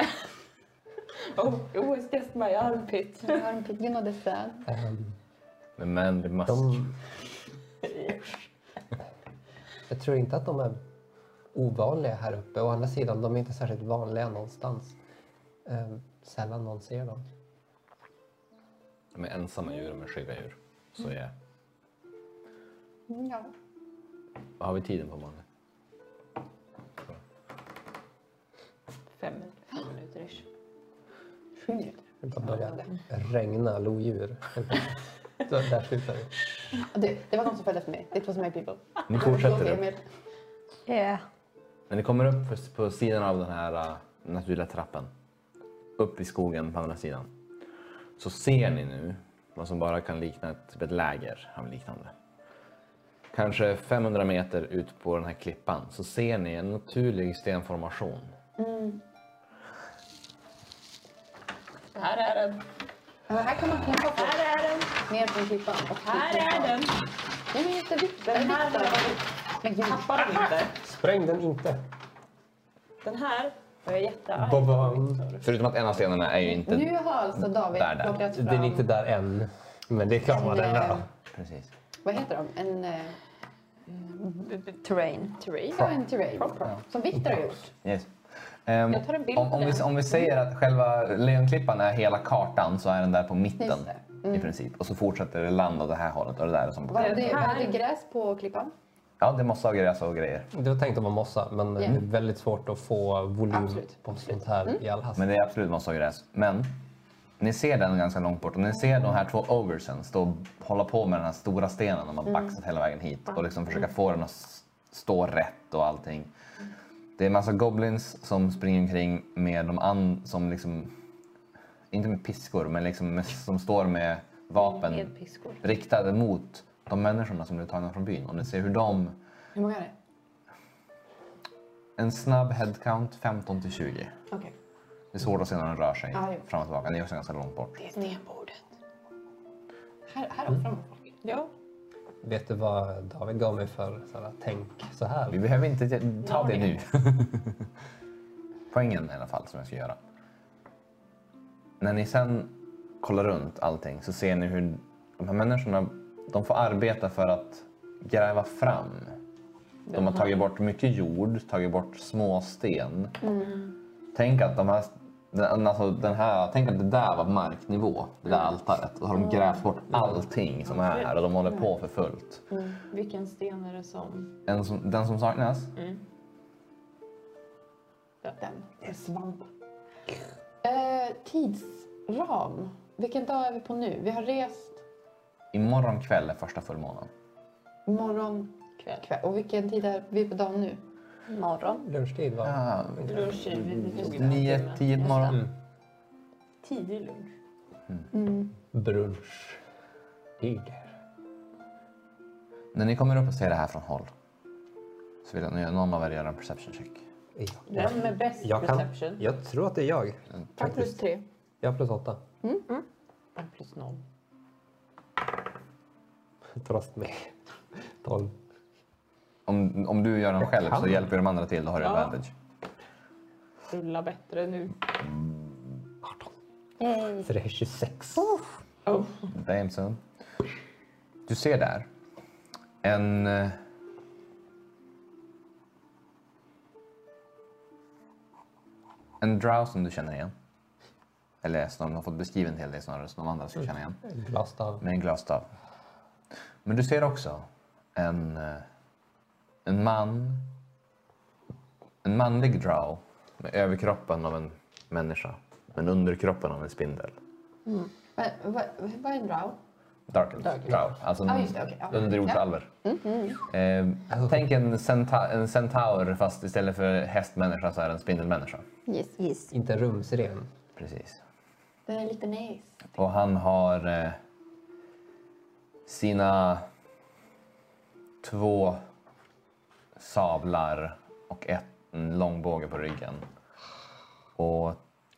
[SPEAKER 3] Oh, it was just my armpit.
[SPEAKER 1] jag har en pig. You know the sad.
[SPEAKER 2] Ehm,
[SPEAKER 4] Med män blir mask.
[SPEAKER 2] de... Jag tror inte att de är ovanliga här uppe. Å andra sidan, de är inte särskilt vanliga någonstans. Ehm, Sällan någon ser dem.
[SPEAKER 4] De är ensamma djur och de är skygga djur. Så ja.
[SPEAKER 1] Mm, Ja.
[SPEAKER 4] Vad har vi tiden på måndag?
[SPEAKER 3] Fem fem minuter ish.
[SPEAKER 1] Sju minuter.
[SPEAKER 2] Det bara börjar regna lodjur. Där där slutar det.
[SPEAKER 1] Och Det, det var de som följde efter mig. It was my people.
[SPEAKER 4] Ni fortsätter
[SPEAKER 1] Jag
[SPEAKER 4] upp.
[SPEAKER 1] med.
[SPEAKER 5] Yeah.
[SPEAKER 4] När ni kommer upp för- på sidan av den här äh, naturliga trappen, upp i skogen på andra sidan, så ser ni nu vad som bara kan likna ett, typ ett läger av liknande. Kanske 500 meter ut på den här klippan så ser ni en naturlig stenformation.
[SPEAKER 3] Här är den.
[SPEAKER 1] Men här kan man knäppa på.
[SPEAKER 3] Här är den.
[SPEAKER 1] Ner från klippan. Och
[SPEAKER 3] Här är den.
[SPEAKER 1] Nej, men inte vifta.
[SPEAKER 3] Den här har jag varit-
[SPEAKER 1] Men gud.
[SPEAKER 3] tappar den inte.
[SPEAKER 2] Spräng den inte!
[SPEAKER 3] Den här var jag jättearg
[SPEAKER 2] Ba-bam.
[SPEAKER 4] Förutom att en av stenarna är ju inte...
[SPEAKER 1] Nu har alltså David
[SPEAKER 4] Där, där.
[SPEAKER 1] plockat fram...
[SPEAKER 2] Den är inte där än. Men det kan vara den
[SPEAKER 1] eh,
[SPEAKER 2] där.
[SPEAKER 4] Precis.
[SPEAKER 1] Vad heter de? En... eh,
[SPEAKER 5] Terrain.
[SPEAKER 3] Terrain.
[SPEAKER 1] Ja, en terrain. Som Viktor har gjort.
[SPEAKER 4] Yes. Ehm,
[SPEAKER 1] Jag tar en bild
[SPEAKER 4] om,
[SPEAKER 1] på
[SPEAKER 4] om, vi,
[SPEAKER 1] den.
[SPEAKER 4] om vi säger att själva Lejonklippan är hela kartan så är den där på mitten
[SPEAKER 1] Just det. Mm.
[SPEAKER 4] i princip. Och så fortsätter det land åt det här hållet och det där är som på
[SPEAKER 1] Var det,
[SPEAKER 4] kartan.
[SPEAKER 1] var det gräs på klippan?
[SPEAKER 4] Ja, det måste ha gräs och grejer.
[SPEAKER 2] Det var tänkt att vara mossa, men
[SPEAKER 1] Ja.
[SPEAKER 2] det är väldigt svårt att få volym
[SPEAKER 1] Absolut,
[SPEAKER 2] på sånt här i all hast.
[SPEAKER 4] Men det är absolut massa gräs. Men ni ser den ganska långt bort. Och ni ser de här två oversen stå och hålla på med den här stora stenen de har baxat hela vägen hit och liksom försöka få den att s- stå rätt och allting. Det är en massa goblins som springer omkring med de an som liksom, inte med piskor, men liksom med, som står med vapen
[SPEAKER 3] Med piskor.
[SPEAKER 4] riktade mot de människorna som blev tagna från byn. Och ni ser hur de
[SPEAKER 1] Hur många är det?
[SPEAKER 4] En snabb headcount 15 till 20.
[SPEAKER 1] Okej.
[SPEAKER 4] Det är svårt att se när den rör sig
[SPEAKER 1] Ja, jo.
[SPEAKER 4] fram och tillbaka. Ni är också ganska långt bort.
[SPEAKER 3] Det är det bordet.
[SPEAKER 1] Här, här har vi fram folk.
[SPEAKER 3] Ja.
[SPEAKER 2] Vet du vad David gav mig för så här, tänk så
[SPEAKER 4] Vi
[SPEAKER 2] här?
[SPEAKER 4] behöver inte ge- ta det nu.
[SPEAKER 3] Varning.
[SPEAKER 4] Poängen i alla fall som jag ska göra. När ni sen kollar runt allting så ser ni hur de här människorna de får arbeta för att gräva fram. De har tagit bort mycket jord, tagit bort småsten. Mm. Tänk att de här den, alltså den här, tänk att det där var marknivå, det där altaret. Och så har de grävt bort allting som är här och de håller på för fullt.
[SPEAKER 3] Vilken sten är det som...
[SPEAKER 4] Den som, den som saknas,
[SPEAKER 1] Den. Mm. Det är svamp. Eh, tidsram. Vilken dag är vi på nu? Vi har rest
[SPEAKER 4] imorgon kväll är första fullmånen.
[SPEAKER 1] morgon, kväll. kväll. Och vilken tid är vi på dagen nu?
[SPEAKER 5] Morgon.
[SPEAKER 2] Lunchtid var...
[SPEAKER 4] Ah,
[SPEAKER 3] Lunch är vi tog den här
[SPEAKER 4] nio,
[SPEAKER 3] timmen.
[SPEAKER 4] tio på morgonen.
[SPEAKER 2] Mm.
[SPEAKER 3] Tidig lunch.
[SPEAKER 2] brunch. Tiger.
[SPEAKER 4] När ni kommer upp och ser det här från håll så vill jag att någon av er göra en perception check.
[SPEAKER 2] Ja.
[SPEAKER 3] Vem är bäst
[SPEAKER 2] Jag, kan,
[SPEAKER 3] perception?
[SPEAKER 2] jag tror att det är jag.
[SPEAKER 1] Fem plus tre.
[SPEAKER 2] Jag har plus åtta.
[SPEAKER 3] En plus noll.
[SPEAKER 2] Trust me. Tolv.
[SPEAKER 4] Om, om du gör den själv så
[SPEAKER 2] kan.
[SPEAKER 4] hjälper de andra till, då har du
[SPEAKER 3] Ja.
[SPEAKER 4] advantage.
[SPEAKER 3] Rulla bättre nu.
[SPEAKER 2] Så det är 26.
[SPEAKER 3] Oh.
[SPEAKER 4] Damn son. Du ser där en... eh, En drow som du känner igen. Eller snarare, de har fått beskriven en hel del snarare som de andra ska känna igen.
[SPEAKER 2] Glasstav.
[SPEAKER 4] Med en glasstav. Men du ser också en, eh, en man. En manlig drow med överkroppen av en människa. Men underkroppen av en spindel.
[SPEAKER 1] Vad va, va, vad är en drow?
[SPEAKER 4] Dark elf. Drow. Alltså en
[SPEAKER 1] Ah, just det, okej, ja. Mm-hmm.
[SPEAKER 4] underjordsalver. Eh, tänk en, centa- en centaur fast istället för hästmänniska så är det en spindelmänniska.
[SPEAKER 1] Yes. yes.
[SPEAKER 2] Inte rumsren.
[SPEAKER 4] Precis.
[SPEAKER 1] Den är lite nice.
[SPEAKER 4] Och han har eh, sina två sablar och ett, en långbåge på ryggen. Och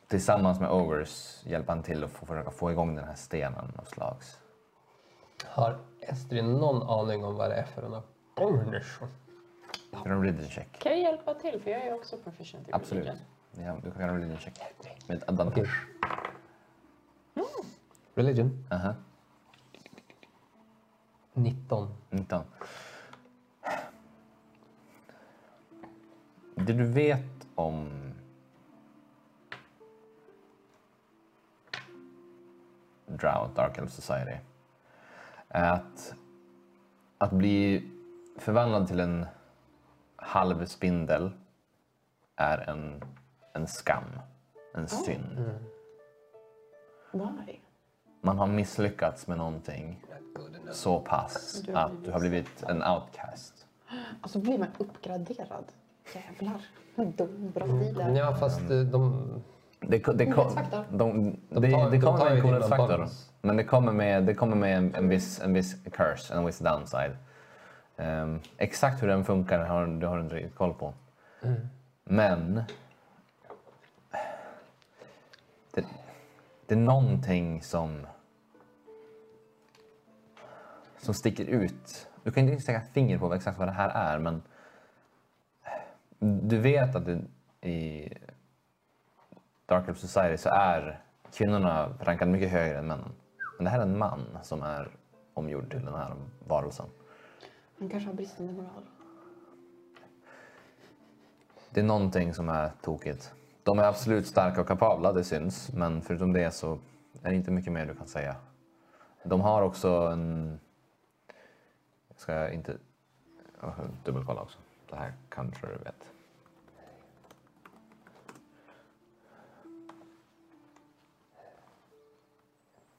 [SPEAKER 4] tillsammans med Ogres hjälper han till att få, försöka få igång den här stenen av slags.
[SPEAKER 2] Har Estrid någon aning om vad det är för en abomination?
[SPEAKER 4] Gör en religion check.
[SPEAKER 3] Kan jag hjälpa till? För jag är också proficient i
[SPEAKER 4] Absolut.
[SPEAKER 3] religion.
[SPEAKER 4] Ja, du kan göra en religion check. Med ett advantage.
[SPEAKER 2] Religion?
[SPEAKER 4] Aha.
[SPEAKER 2] 19.
[SPEAKER 4] 19. Det du vet om... Drought, Dark Elf Society är att, att bli förvandlad till en halv spindel är en, en skam, en synd.
[SPEAKER 3] Why?
[SPEAKER 4] Man har misslyckats med någonting så pass att du har blivit en outcast.
[SPEAKER 1] Och så blir man uppgraderad. Jävlar. Dum brasilien.
[SPEAKER 2] Ja, fast eh, de...
[SPEAKER 4] Det, ko- det, ko-
[SPEAKER 1] Godhetsfaktor.
[SPEAKER 4] de,
[SPEAKER 2] De
[SPEAKER 4] det,
[SPEAKER 2] tar-
[SPEAKER 4] det
[SPEAKER 2] de
[SPEAKER 4] kommer
[SPEAKER 2] tar
[SPEAKER 4] med en
[SPEAKER 2] ju dina
[SPEAKER 4] godhetsfaktor.
[SPEAKER 2] bonus.
[SPEAKER 4] Men det kommer med, det kommer med en, en, viss, en viss curse, en viss downside. Ehm, exakt hur den funkar har du har du inte riktigt koll på.
[SPEAKER 2] Mm.
[SPEAKER 4] Men... Det, det är någonting som... Som sticker ut. Du kan inte riktigt sätta finger på vad- exakt vad det här är, men... Du vet att det, i Dark Elf Society så är kvinnorna rankade mycket högre än männen. Men det här är en man som är omgjord till den här varelsen.
[SPEAKER 1] Han kanske har bristande moral.
[SPEAKER 4] Det är någonting som är tokigt. De är absolut starka och kapabla, det syns. Men förutom det så är det inte mycket mer du kan säga. De har också en... Jag ska inte... Jag ska dubbelkolla också. Det här kanske du vet.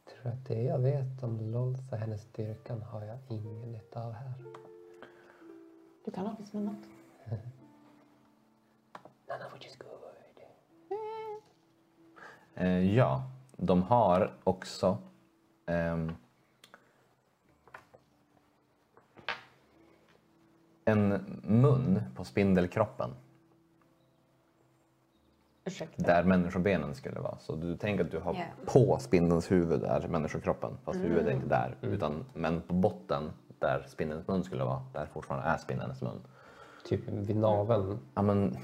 [SPEAKER 2] tror att det jag vet om Lolsa, hennes styrkan, har jag ingen nytta av här.
[SPEAKER 1] Du kan åtminstone något.
[SPEAKER 4] Eh, ja, de har också... ehm, en mun på spindelkroppen
[SPEAKER 3] Ursäkta.
[SPEAKER 4] där människobenen skulle vara. Så du tänker att du har
[SPEAKER 5] Ja.
[SPEAKER 4] på spindelns huvud är människokroppen fast huvudet är inte där. Utan, men på botten där spindelns mun skulle vara, där fortfarande är spindelns mun.
[SPEAKER 2] Typ vid naveln.
[SPEAKER 4] Ja men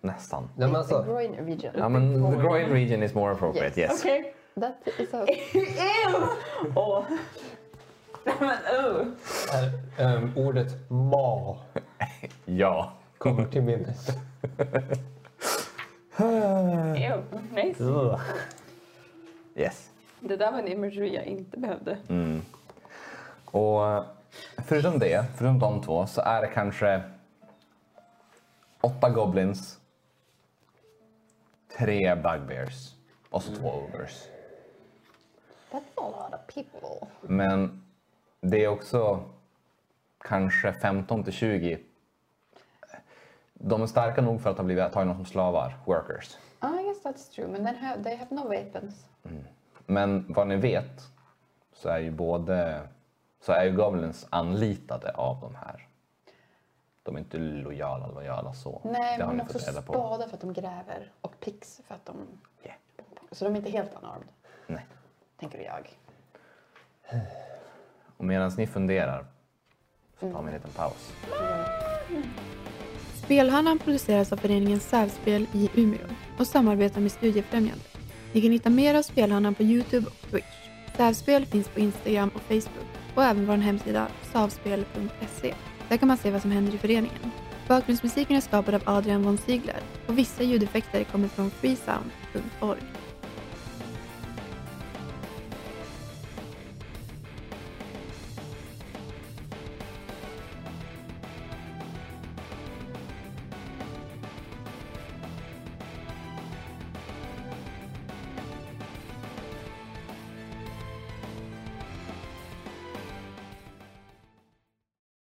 [SPEAKER 4] nästan.
[SPEAKER 2] Nej, men alltså,
[SPEAKER 1] groin region.
[SPEAKER 4] Ja men the groin region is more appropriate, yes.
[SPEAKER 3] Okej.
[SPEAKER 1] That is a...
[SPEAKER 3] Åh. Nej, men, oh.
[SPEAKER 2] är, ehm, ordet ma
[SPEAKER 4] Ja.
[SPEAKER 2] kommer till minnet.
[SPEAKER 3] Ew. Nice.
[SPEAKER 4] Yes.
[SPEAKER 3] Det där var en imagery jag inte behövde.
[SPEAKER 4] Och eh, förutom det, förutom de två, så är det kanske åtta goblins, tre bugbears och så två ogres.
[SPEAKER 1] That's a lot of people.
[SPEAKER 4] Men det är också kanske 15 till 20. De är starka nog för att ha blivit tagna som slavar, workers.
[SPEAKER 1] Ah, yes, that's true. Men then have, they have no weapons.
[SPEAKER 4] Men vad ni vet så är ju både så är ju Goblins anlitade av de här. De är inte lojala, lojala så.
[SPEAKER 1] Nej,
[SPEAKER 4] det har
[SPEAKER 1] men
[SPEAKER 4] ni
[SPEAKER 1] också
[SPEAKER 4] fått reda på.
[SPEAKER 1] spadar för att de gräver och pix för att de...
[SPEAKER 4] Ja.
[SPEAKER 1] Så de är inte helt unarmed,
[SPEAKER 4] Nej.
[SPEAKER 1] tänker jag.
[SPEAKER 4] Och medan ni funderar så tar vi en liten paus.
[SPEAKER 7] Spelhörnan produceras av föreningen Särspel i Umeå och samarbetar med Studiefrämjandet. Ni kan hitta mer av Spelhörnan på Youtube och Twitch. Särspel finns på Instagram och Facebook och även vår hemsida savspel.se. Där kan man se vad som händer i föreningen. Bakgrundsmusiken är skapad av Adrian von Ziegler och vissa ljudeffekter kommer från freesound.org.